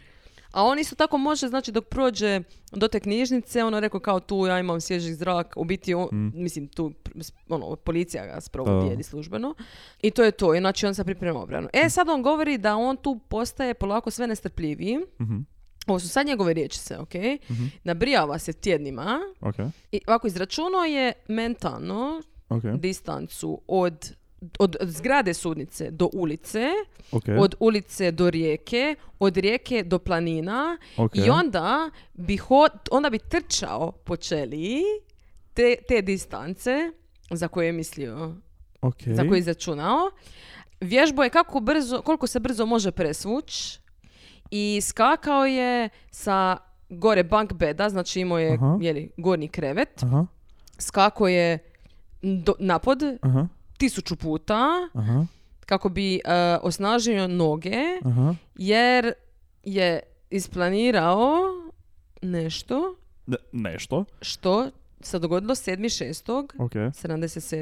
A on isto tako može, znači dok prođe do te knjižnice, ono rekao kao tu ja imam svježi zrak, u biti, on, mislim tu, pr- s- ono, policija ga sprovodi
Mm. Da.
je li službeno. I to je to, i znači on se priprema obranu. E sad on govori da on tu postaje polako sve nestrpljiviji,
Mhm.
ovo su sad njegove riječi se, ok? Nabrijava se tjednima,
Ok,
i ovako izračunao je mentalno
ok,
distancu od od od zgrade sudnice do ulice,
ok.
od ulice do rijeke, od rijeke do planina
Ok.
i onda bi, ho- onda bi trčao po čeliji te, te distance za koje je mislio,
ok.
za koje je izračunao. Vježbo je kako brzo, koliko se brzo može presvuć i skakao je sa gore bank beda, znači imao je
Aha.
jeli, gornji krevet,
Aha,
skakao je do- napod
aha,
tisuću puta
aha,
kako bi e, osnažio noge
aha.
jer je isplanirao nešto
Ne- nešto,
što se dogodilo 7.6.77.
ok.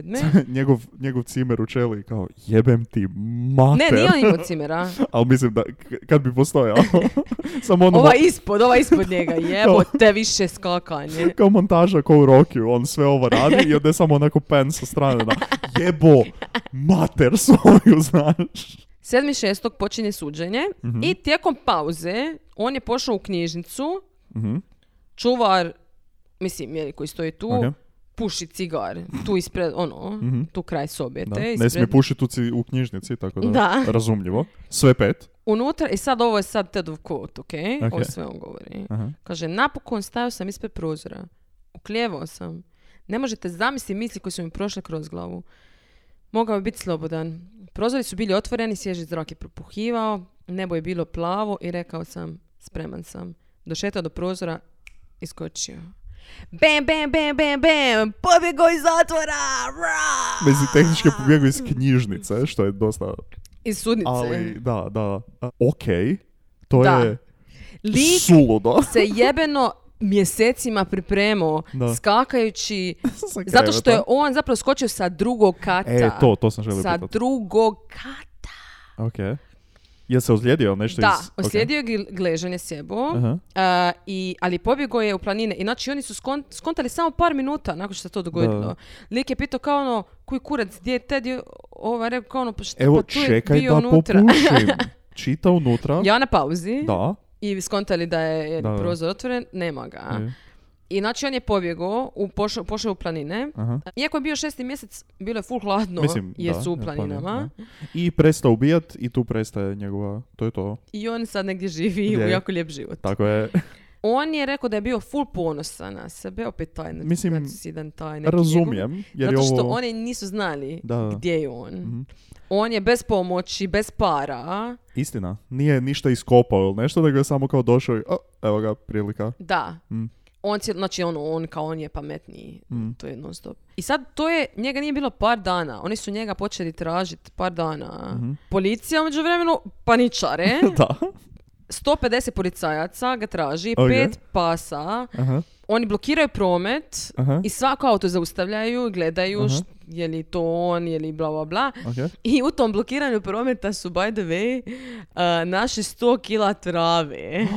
77.
njegov, njegov cimer u čeli kao jebem ti mater.
Ne, nije on imao cimera.
Ali mislim da k- kad bi postojao, samo ono
Ova ispod, ova ispod njega. Jebo te više skakanje.
kao montaža kao u Rokiju, on sve ovo radi i onda je samo onako pen sa strane na jebo mater svoju, znaš.
7.6. počinje suđenje
Mhm.
i tijekom pauze on je pošao u knjižnicu.
Mhm.
Čuvar, mislim, je li koji stoji tu,
Ok. Mhm.
puši cigar. Tu ispred, ono, tu kraj sobe.
Da.
te,
Ne
ispred-
smije pušiti u, ci- u knjižnici, tako da,
Da.
razumljivo. Sve pet.
Unutra, i sad ovo je sad Tedov quote, ok? Ovo
Ok.
sve on govori.
Aha.
Kaže, napokon stajao sam ispred prozora. Uklijevao sam. Ne možete zamisliti misli koje su mi prošle kroz glavu. Mogao je biti slobodan. Prozori su bili otvoreni, svježi zrak je propuhivao, nebo je bilo plavo i rekao sam, spreman sam. Došetao do prozora, iskočio. Bam, bam, bam, bam, bam, pobjegao iz zatvora! Ra!
Mislim, tehnički je pobjegao iz knjižnice, što je dosta
Iz sudnice.
Ali, da, da. Ok, to
Da.
je
Lik
suludo.
se jebeno mjesecima pripremao
Da.
skakajući
Sa
zato što je
kreveta.
on zapravo skočio sa drugog kata.
E, to, to sam želio
sa
pitat.
drugog kata.
Ok. Je se ozlijedio nešto
Da,
iz...
oslijedio je gležanje sjebo,
Aha.
a, i, ali pobjegao je u planine. I znači oni su skon, skontali samo par minuta nakon što se to dogodilo.
Da.
Lik je pitao kao ono, koji kurac, gdje je Ted? I Ovaj rekao kao ono, pa šta,
Evo,
pa tu je
čekaj
bio
da
unutra.
popušim. Čita unutra.
ja na pauzi
Da.
i skontali da je je
Da, da.
prozor otvoren, nema ga.
E,
I znači on je pobjegao, u, pošao, pošao u planine.
Aha.
Iako je bio šesti mjesec, bilo je full hladno
Mislim,
jer
da,
su u
ja
planinama.
planim, da. I prestao ubijat i tu prestaje njegova... To je to.
I on sad negdje živi u
Je.
jako lijep život.
Tako je.
On je rekao da je bio full ponosan na sebe, opet taj ne-
Mislim,
narcisidan taj neki njegov-
Razumijem. Jer je
Zato što
ovo...
oni nisu znali
Da. Mhm.
gdje je on. On je bez pomoći, bez para. a?
Istina, nije ništa iskopao ili nešto, nego je samo kao došao i, "O, evo ga, prilika.
Da.
Mm.
On cijel, znači on, on kao on je pametniji. To je non stop. I sad to je, njega nije bilo par dana. Oni su njega počeli tražiti par dana. Policija među vremenu paničare.
Mhm. da.
150 policajaca ga traži,
Ok.
pet pasa.
Oh, Aha.
Oni blokiraju promet
Aha.
i svako auto zaustavljaju i gledaju št- je li to on, je li bla bla bla.
Ok.
I u tom blokiranju prometa su, by the way, uh, naši 100 kila trave.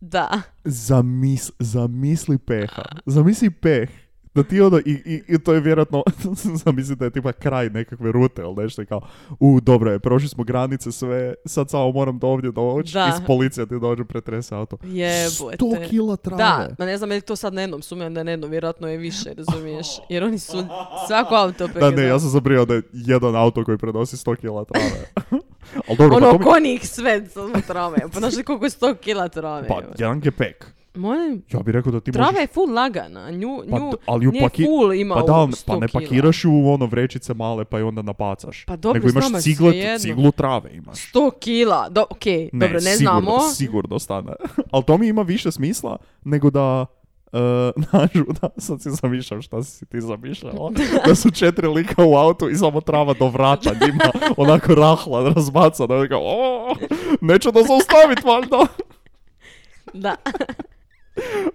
da.
Zamis, zamisli peha. Zamisli peh. Da ti ono, i, i, i to je vjerojatno, zamisli da je tipa kraj nekakve rute ili nešto i kao, u dobro je, prošli smo granice sve, sad samo moram do ovdje doći,
Da.
iz policija ti dođu pretrese auto.
Jebote.
100 kila trave.
Da, ma ne znam je li to sad na jednom, sumnjam da je na jednom, vjerojatno je više, razumiješ? Jer oni su svako auto
Da,
pregledali.
ne, ja sam zabrio da je jedan auto koji prenosi 100 kila trave. Ali dobro, pa,
Ono,
to mi-
konik sve samo trave. Pa znaš li koliko je 100 kila trave?
pa jedan je pek.
Molim?
Ja bih rekao da ti
Trava
možeš...
je full lagana, nju,
Pa
nju
d- ali ju
nije
paki-
full ima
Pa da, ali
u
ne-
100
pa ne
kila.
pakiraš ju u ono vrećice male pa ju onda napacaš.
Pa dobro,
Nego
s nama je
imaš cigle,
svejedno.
ciglu trave imaš.
100 kila, do, ok,
Ne,
dobro, ne
sigurno,
znamo.
sigurno stane. Ali to mi ima više smisla nego da Uh, nažu, da, sad si zamišljam šta si ti zamišljala. Da su četiri lika u autu i samo trava do vrata njima, onako rahla, razbacana. Ono kao, "O, neće da zaustavit valjda.
Da.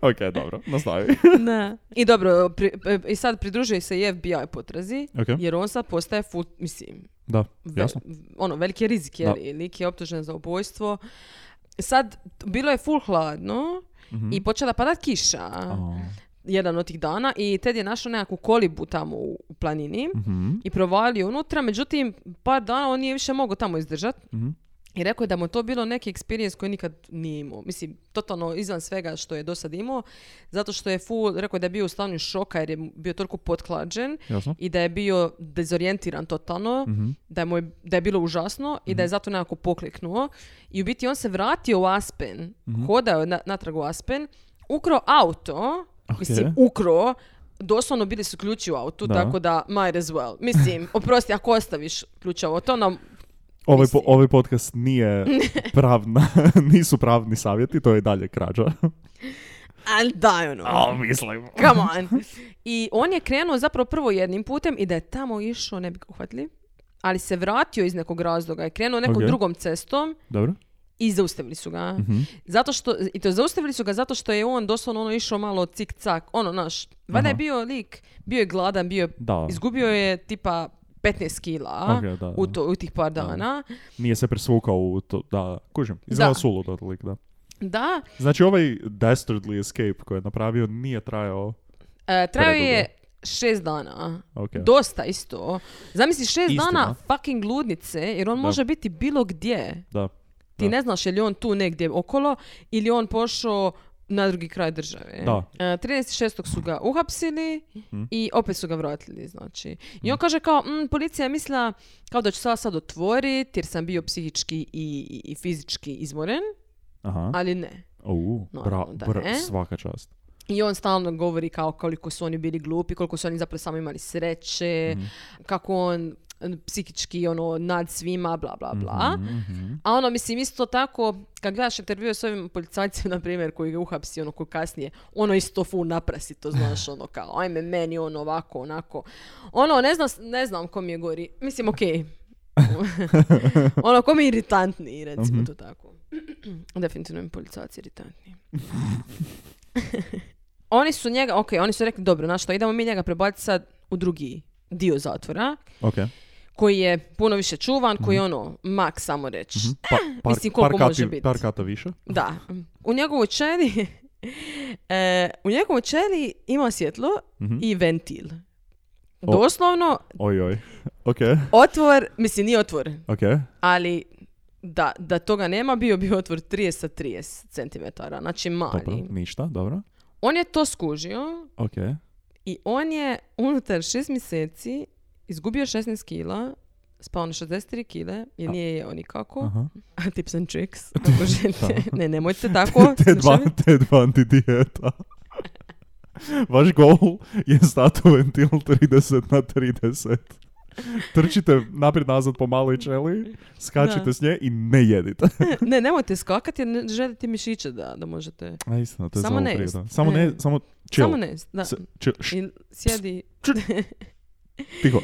ok, dobro, nastavi.
Da. I dobro, pri- e, i sad pridružuje se i FBI potrazi,
Ok.
jer on sad postaje full, mislim,
Da,
ve-
jasno.
ono, veliki je rizik, jer lik je optužen za ubojstvo. Sad, t- bilo je full hladno i počela padat kiša jedan od tih dana i Ted je našao nekakvu kolibu tamo u, u planini
mhm,
i provalio unutra, međutim, par dana on nije više mogao tamo izdržati.
mhm,
I rekao je da mu je to bilo neki experience koji nikad nije imao. Mislim, totalno izvan svega što je do sad imao, zato što je full, rekao je da je bio u stanju šoka jer je bio toliko potklađen
Jasno. Mhm.
i da je bio dezorijentiran totalno, da, je mu je, da je bilo užasno i da je zato nekako pokliknuo. I u biti on se vratio u Aspen,
Mhm.
hodao je na, natrag u Aspen, ukro auto, mislim, ukro, doslovno bili su ključi u autu,
Da.
tako da might as well. Mislim, oprosti, ako ostaviš ključ u auto, nam
Ovaj, po,
Mislim.
ovaj podcast nije pravna, nisu pravni savjeti, to je i dalje krađa.
ali daj ono.
A, mislim.
Come on. I on je krenuo zapravo prvo jednim putem i da je tamo išao, ne bi ga uhvatili, ali se vratio iz nekog razloga i krenuo nekom
Ok. Mhm.
drugom cestom
Dobro.
i zaustavili su ga. Zato što, i to zaustavili su ga zato što je on doslovno ono išao malo cik-cak, ono naš, valjda je
Aha.
bio lik, bio je gladan, bio je,
Da.
izgubio je tipa 15 kila
Ok, da,
u,
da.
to, u tih par dana.
Nije se presvukao u to, da, kužim.
Da.
Izgleda sulu to lik, da.
Da,
Znači ovaj Dastardly Escape koji je napravio nije trajao,
e, trajao
Predugo.
je šest dana.
ok.
Dosta isto. Zamisli šest
Istina.
dana fucking ludnice, jer on
Da.
može biti bilo gdje.
Da.
Ti
Da.
ne znaš je li on tu negdje okolo ili je on pošao na drugi kraj države.
Da. Mhm.
E, 13.6. su ga uhapsili i opet su ga vratili, znači. I on kaže kao, "Mm, policija je mislila kao da ću sad sad otvoriti jer sam bio psihički i, i- i fizički izmoren,
Aha.
ali ne.
U, bra,
Normalno No, da
bra-
ne.
svaka čast.
I on stalno govori kao koliko su oni bili glupi, koliko su oni zapravo samo imali sreće,
Mhm.
kako on mm, psihički ono nad svima, bla bla
Mhm,
bla. A ono mislim isto tako, kad gledaš intervjue s ovim policajcem, na primjer, koji ga uhapsi, ono koji kasnije, ono isto fu naprasi, to znaš, ono kao, ajme meni, ono ovako, onako. Ono, ne znam, ne znam ko mi je gori. Mislim, okej. ono, ko mi je iritantniji, recimo to tako. Definitivno mi policajci iritantni. oni su njega, ok, oni su rekli, dobro, znaš što, idemo mi njega prebaciti sad u drugi dio zatvora,
Ok. mhm.
koji je puno više čuvan, koji je ono, mak samo reći.
Pa, par,
Mislim, koliko
par
može
kati-
biti?
Par kata više.
Da. U njegovoj čeli... e, u njegovoj čeli ima svjetlo i ventil.
Mhm. O.
Doslovno,
Oj, oj. Ok,
otvor, mislim nije otvor,
ok.
ali da, da toga nema bio bi otvor 30 sa 30 cm, znači mali.
Dobro, ništa, dobro.
On je to skužio
Ok.
i on je unutar 6 mjeseci izgubio 16 kila, spao na 63 kile, jer nije jeo nikako.
Aha.
Tips and tricks, ako želite. ne, nemojte tako.
Ted,
slušali.
van, Ted Bundy dijeta. Vaš gol je statu ventil 30 na 30. Trčite naprijed nazad po maloj čeli, skačite
Da.
s nje i ne jedite.
Ne, nemojte skakati jer ne želite mišiće da, da možete.
A istina, to je
Samo
zelo
ne
prije,
jest.
da. Samo ne,
E.
samo chill.
Samo ne, da.
S- chill, š-
I sjedi.
tiho.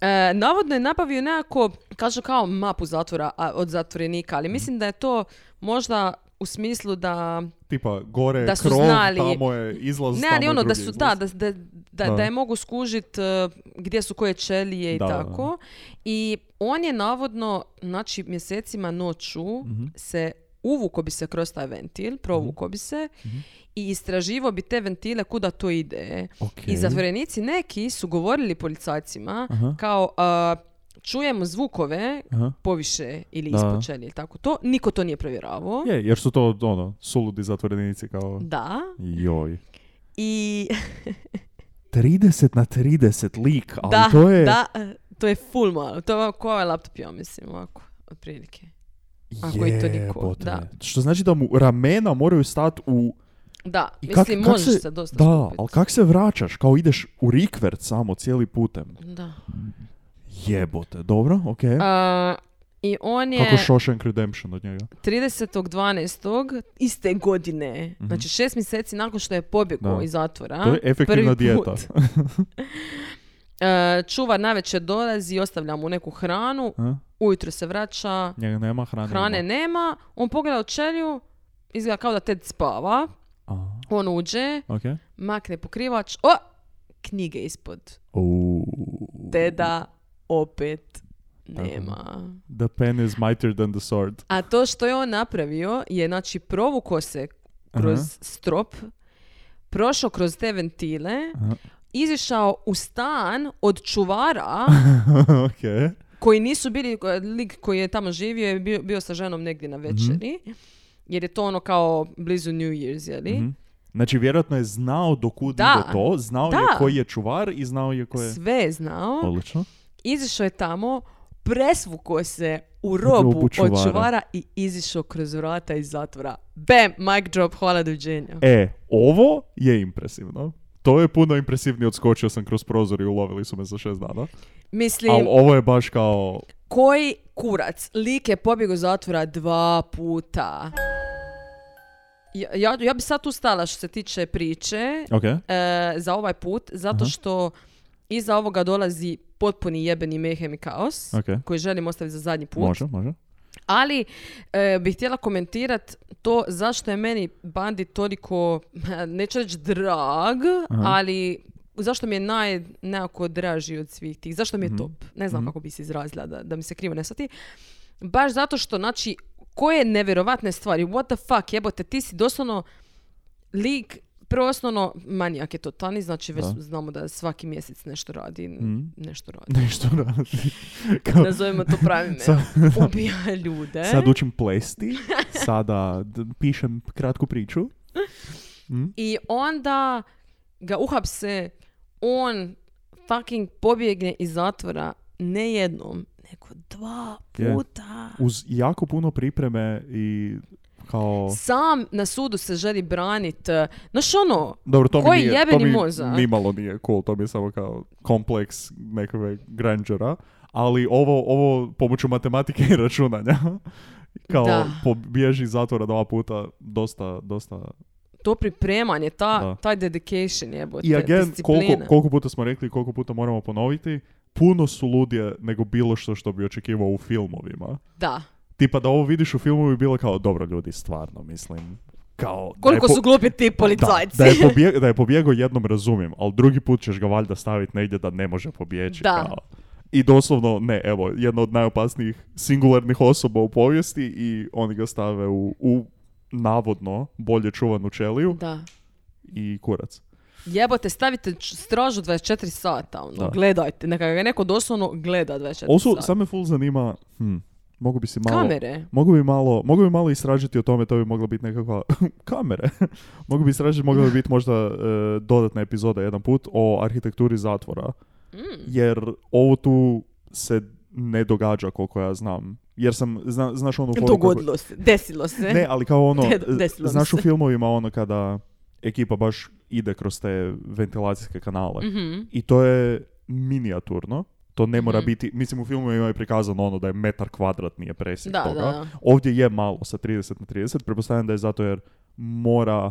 E, navodno je nabavio nekako, kažu kao mapu zatvora a, od zatvorenika,
Mhm.
ali mislim da je to možda u smislu da...
Tipa, gore
Da su
krov,
znali-
tamo je izlaz,
Ne,
tamo
ali
je
ono da
drugi
su,
izlaz.
da, da, da, da,
Da.
da je mogu skužit e, gdje su koje čelije i
Da, da, da.
tako. I on je navodno, znači mjesecima noću
Mhm.
se uvuko bi se kroz taj ventil, provuko bi se
Mhm.
i istraživo bi te ventile kuda to ide.
Okej.
I zatvorenici neki su govorili policajcima
Aha.
kao a, čujemo zvukove
Aha.
poviše ili
Da.
ispod čelije ili tako to. Niko to nije provjeravao.
Je, jer su to, ono, suludi zatvorenici kao...
Da.
Joj.
I
30 na 30 lik, ali
da,
to je...
da, to je full malo. To je ovako ovaj laptop, ja mislim, ovako, otprilike. Ako je toliko,
Jebote.
da.
Što znači da mu ramena moraju stati u...
Da,
I kak-
mislim,
kak
možeš
se-
se, dosta
Da,
skupit.
ali kak se vraćaš? Kao ideš u rikvert samo cijeli putem.
Da.
Jebote, dobro, okej.
A, I on je
Kako Shawshank Redemption od njega.
30.12. iste godine, znači šest mjeseci nakon što je pobjegao
Mhm. Da.
iz zatvora,
To je efektivna
prvi
dijeta.
put, e, čuvar navečer dolazi i ostavlja mu neku hranu,
A?
ujutro se vraća,
Njega nema hrane.
hrane
ima.
nema, on pogleda u čelju, izgleda kao da Ted spava,
A,
on uđe,
okej.
makne pokrivač, o, knjige ispod
Uuu.
Teda opet nema.
The pen is mightier than the sword.
A to što je on napravio je, znači, provuko se kroz
Aha.
strop, prošao kroz te ventile,
Aha.
izišao u stan od čuvara
okej.
koji nisu bili, e, lik koji je tamo živio je bio, bio sa ženom negdje
Mhm.
na večeri, jer je to ono kao blizu New Year's, jeli?
Mhm. Znači, vjerojatno je znao dokud
Da.
ide to, znao je
Da.
koji je čuvar i znao je koji je...
Sve je znao.
Odlično.
izišao je tamo, presvukao se u robu,
Robu čuvara.
od čuvara i izišao kroz vrata iz zatvora. Bam, mic drop, hvala doviđenja.
E, ovo je impresivno. To je puno impresivnije, odskočio sam kroz prozor i ulovili su me za šest dana.
Mislim,
Ali ovo je baš kao...
koji kurac? Lik je pobjegao iz zatvora dva puta. Ja, ja, ja bi sad tu stala što se tiče priče
Ok.
e, za ovaj put, zato što iza ovoga dolazi potpuni jebeni mehem i kaos,
Ok.
koji želim ostaviti za zadnji put.
Može, može.
Ali e, bih htjela komentirat to zašto je meni Bandi toliko, neću reći drag, ali zašto mi je naj, nekako draži od svih tih, zašto
Mhm.
mi je top. Ne znam kako bi se izrazila da, da mi se krivo ne shvati. Baš zato što, znači, koje nevjerovatne stvari, what the fuck, jebote, ti si doslovno lik, prvo osnovno, manijak je totalni, znači već
Da. Mhm.
znamo da svaki mjesec nešto radi, nešto radi.
Nešto radi. Kao,
Nazovimo to pravim
Sa-
imenom. Ubija ljude.
sad učim plesti, sada d- pišem kratku priču.
I onda ga uhapse, on fucking pobjegne iz zatvora ne jednom, nego dva
Je.
puta.
Uz jako puno pripreme i kao...
Sam na sudu se želi branit. Znaš ono,
Dobro, to mi
Koji
nije, to
jebeni
mi
mozak?
nimalo nije cool, to mi je samo kao kompleks nekakve grandžera, ali ovo, ovo pomoću matematike i računanja, kao
Da.
pobježi iz zatvora dva puta, dosta, dosta.
to pripremanje,
Da.
ta, taj dedication jebote,
I again,
disciplina.
koliko, koliko puta smo rekli, koliko puta moramo ponoviti, puno su ludije nego bilo što što bi očekivao u filmovima.
Da.
Tipa da ovo vidiš u filmu bi bilo kao, dobro ljudi, stvarno, mislim, kao... da je
Koliko
po-
su glupi ti policajci.
Da, da, je pobjeg, da je pobjegao jednom razumijem, ali drugi put ćeš ga valjda staviti negdje da ne može pobjeći.
Da.
kao. I doslovno, ne, evo, jedna od najopasnijih singularnih osoba u povijesti i oni ga stave u, u navodno bolje čuvanu čeliju
Da.
i kurac.
Jebote, stavite č- stražu 24 sata, ono,
Da.
gledajte, neka ga neko doslovno gleda 24
Also,
sata.
sad me full zanima, hm, mogu bi si malo...
Kamere.
Mogu bi, malo, mogu bi malo istražiti o tome, to bi mogla biti nekakva kamere. mogu bi istražiti, mogla bi biti možda e, dodatna epizoda jedan put o arhitekturi zatvora. Jer ovo tu se ne događa koliko ja znam. Jer sam, zna, znaš onu... foru kako-
Dogodilo se, desilo se.
Ne, ali kao ono,
E? Ne, desilo mi
znaš u
se.
filmovima ono kada ekipa baš ide kroz te ventilacijske kanale.
Mhm.
I to je minijaturno. To ne mora biti, mislim u filmu je prikazano ono da je metar kvadrat nije presjek
Da,
toga.
da, da.
Ovdje je malo sa 30 na 30, pretpostavljam da je zato jer mora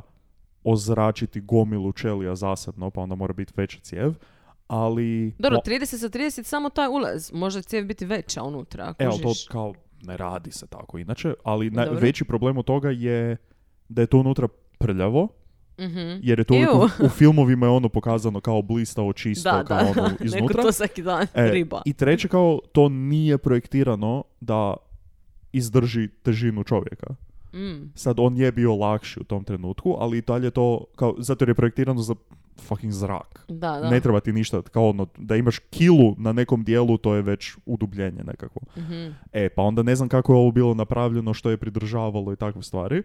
ozračiti gomilu ćelija zasebno, pa onda mora biti veća cijev, ali...
Dobro,
mo-
30 sa 30 samo taj ulaz. Može cijev biti veća unutra.
Evo, e, to
kužiš.
kao ne radi se tako inače, ali na,
Dobro.
veći problem od toga je da je to unutra prljavo,
Mhm.
jer je to uvijek u,
Ew.
u filmovima je ono pokazano kao blistavo čisto
Da,
kao
da.
ono
Neko
iznutra.
to svaki dan
E,
riba.
I treće kao to nije projektirano da izdrži težinu čovjeka.
Mm.
Sad on je bio lakši u tom trenutku, ali i dalje to kao zato jer je projektirano za fucking zrak.
Da, da.
Ne treba ti ništa, kao ono, da imaš kilu na nekom dijelu, to je već udubljenje nekako.
Mhm.
E, pa onda ne znam kako je ovo bilo napravljeno, što je pridržavalo i takve stvari.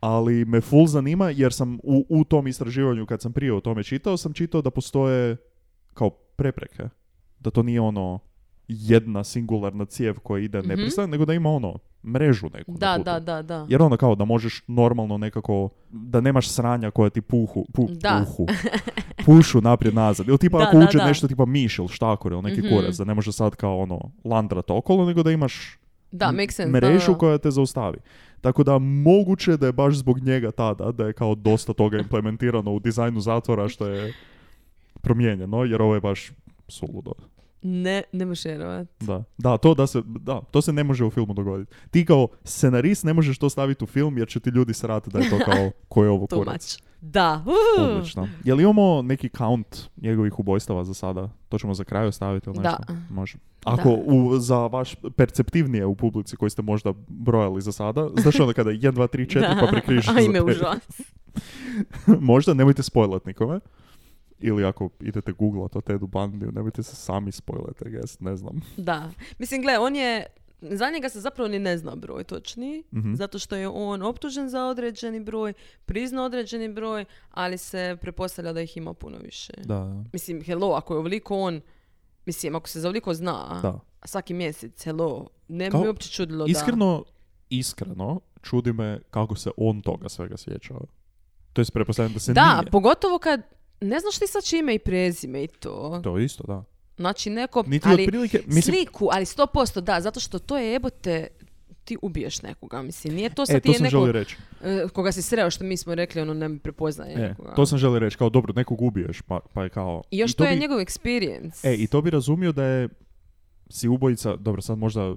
Ali me full zanima jer sam u, u tom istraživanju kad sam prije o tome čitao, sam čitao da postoje kao prepreke. Da to nije ono jedna singularna cijev koja ide
Mhm.
neprestano, nego da ima ono mrežu neku. na
Da,
putu.
da, da, da.
Jer ono kao da možeš normalno nekako, da nemaš sranja koja ti puhu, pu,
Da.
puhu, pušu naprijed nazad. Ili tipa
Da,
ako
da,
uđe
da.
nešto tipa miš ili štakor ili neki
Mhm.
kurac, da ne može sad kao ono landrat okolo, nego da imaš
Da,
m-
makes sense. da,
mrežu
da.
koja te zaustavi. Tako da moguće da je baš zbog njega tada, da je kao dosta toga implementirano u dizajnu zatvora što je promijenjeno, jer ovo je baš suludo.
Ne, ne možeš vjerovat.
Da, da, to, da, se, da, to se ne može u filmu dogoditi. Ti kao scenarist ne možeš to staviti u film jer će ti ljudi srati da je to kao ko je ovo
Too
kurac.
much. Da. uhu.
Odlično. Je li imamo neki count njegovih ubojstava za sada? To ćemo za kraj ostaviti ili
Da.
nešto? Može. Ako u, za vaš perceptivnije u publici koji ste možda brojali za sada, znaš onda kada 1, 2, 3, 4 pa prikrižiš za
Ajme,
pet.
užas.
možda, nemojte spojlat nikome. Ili ako idete googlat o Tedu Bandiju, nemojte se sami spojlat, I guess, ne znam.
Da. Mislim, gle, on je... Za njega se zapravo ni ne zna broj točni,
Mhm.
zato što je on optužen za određeni broj, priznao određeni broj, ali se pretpostavlja da ih ima puno više.
Da,
Mislim, hello, ako je ovoliko on... Mislim, ako se za ovoliko zna,
da.
svaki mjesec, hello, ne bi
Kao-
mi uopće čudilo da...
Iskreno, iskreno, čudi me kako se on toga svega sjećao. To jest, pretpostavljam da se
Da,
nije.
pogotovo kad ne znaš ti sad čime i prezime i to.
To je isto, da.
Znači neko,
Niti
ali
otprilike, mislim,
sliku, ali 100% da, zato što to je jebote ti ubiješ nekoga, mislim, nije to sad
e,
ti
to
je
sam
neko
želio reći.
e, koga si sreo što mi smo rekli, ono ne prepoznaje
E,
nekoga.
to sam želio reći, kao dobro, nekog ubiješ, pa, pa je kao...
I još
i
to, je
bi-
njegov experience.
E, i to bi razumio da je si ubojica, dobro, sad možda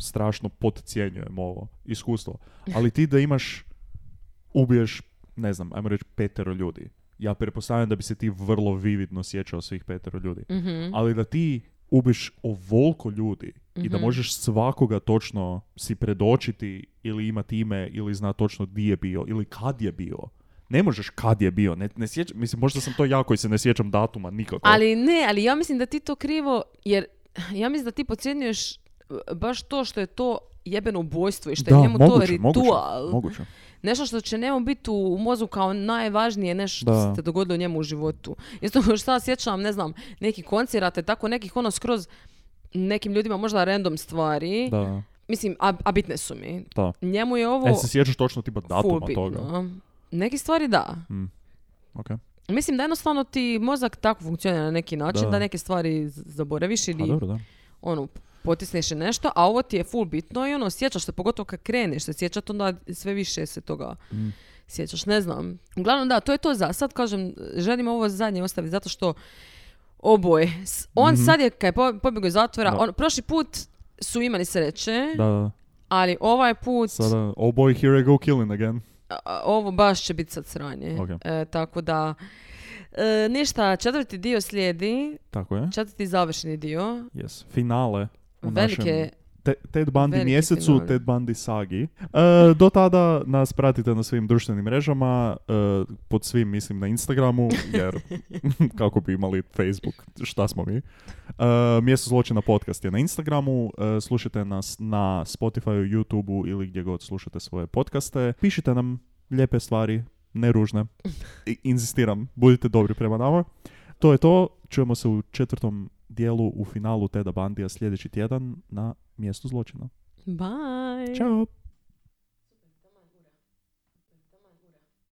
strašno podcijenjujem ovo iskustvo, ali ti da imaš, ubiješ, ne znam, ajmo reći petero ljudi. Ja pretpostavljam da bi se ti vrlo vividno sjećao svih petero ljudi.
Mhm.
ali da ti ubiš ovoliko ljudi i
Mhm.
da možeš svakoga točno si predočiti ili imati ime ili zna točno di je bio ili kad je bio. Ne možeš kad je bio, ne, ne sjećam, mislim možda sam to ja koji se ne sjećam datuma nikako.
Ali ne, ali ja mislim da ti to krivo, jer ja mislim da ti podcjenjuješ e, baš to što je to jebeno ubojstvo i što
da,
je njemu to
moguće, moguće,
ritual.
moguće.
Nešto što će njemu biti u mozgu kao najvažnije nešto
Da.
što se dogodilo njemu u životu. Isto kao što ja sjećam, ne znam, neki koncerata i tako nekih ono skroz nekim ljudima možda random stvari.
Da,
Mislim, a, a bitne su mi.
da.
Njemu je ovo
E, se sjećaš točno tipa
ful
datuma
bitno.
toga.
Neki stvari da.
Okay.
Mislim da jednostavno ti mozak tako funkcionira na neki način
Da.
da, neke stvari z- zaboraviš
A,
ili
Pa dobro, da.
ono, potisneš i nešto, a ovo ti je full bitno i ono, sjećaš se, pogotovo kad kreneš se sjećat, onda sve više se toga
Mm.
sjećaš, ne znam. Uglavnom da, to je to za sad, kažem, želim ovo zadnje ostaviti zato što oboje, S- on sad je, kad je po- pobjegao iz zatvora,
Mhm. Da.
on, prošli put su imali sreće,
Da, da.
ali ovaj put,
Sada, oh boy, here I go killing again.
a- a- ovo baš će biti sad sranje.
Ok.
E, tako da, e, ništa, četvrti dio slijedi,
Tako je.
četvrti završni dio,
Yes. Finale. u
velike
našem- Te- Ted Bundy
Veliki
mjesecu,
finale.
Ted Bundy sagi. E, do tada nas pratite na svim društvenim mrežama, e, pod svim mislim na Instagramu, jer kako bi imali Facebook, šta smo mi. E, Mjesto zločina podcast je na Instagramu, e, slušajte nas na Spotify, YouTubeu ili gdje god slušate svoje podcaste. Pišite nam lijepe stvari, ne ružne. I- Inzistiram, budite dobri prema nama. To je to, čujemo se u četvrtom dijelu u finalu Teda Bandija sljedeći tjedan na mjestu zločina.
Bye!
Ćao!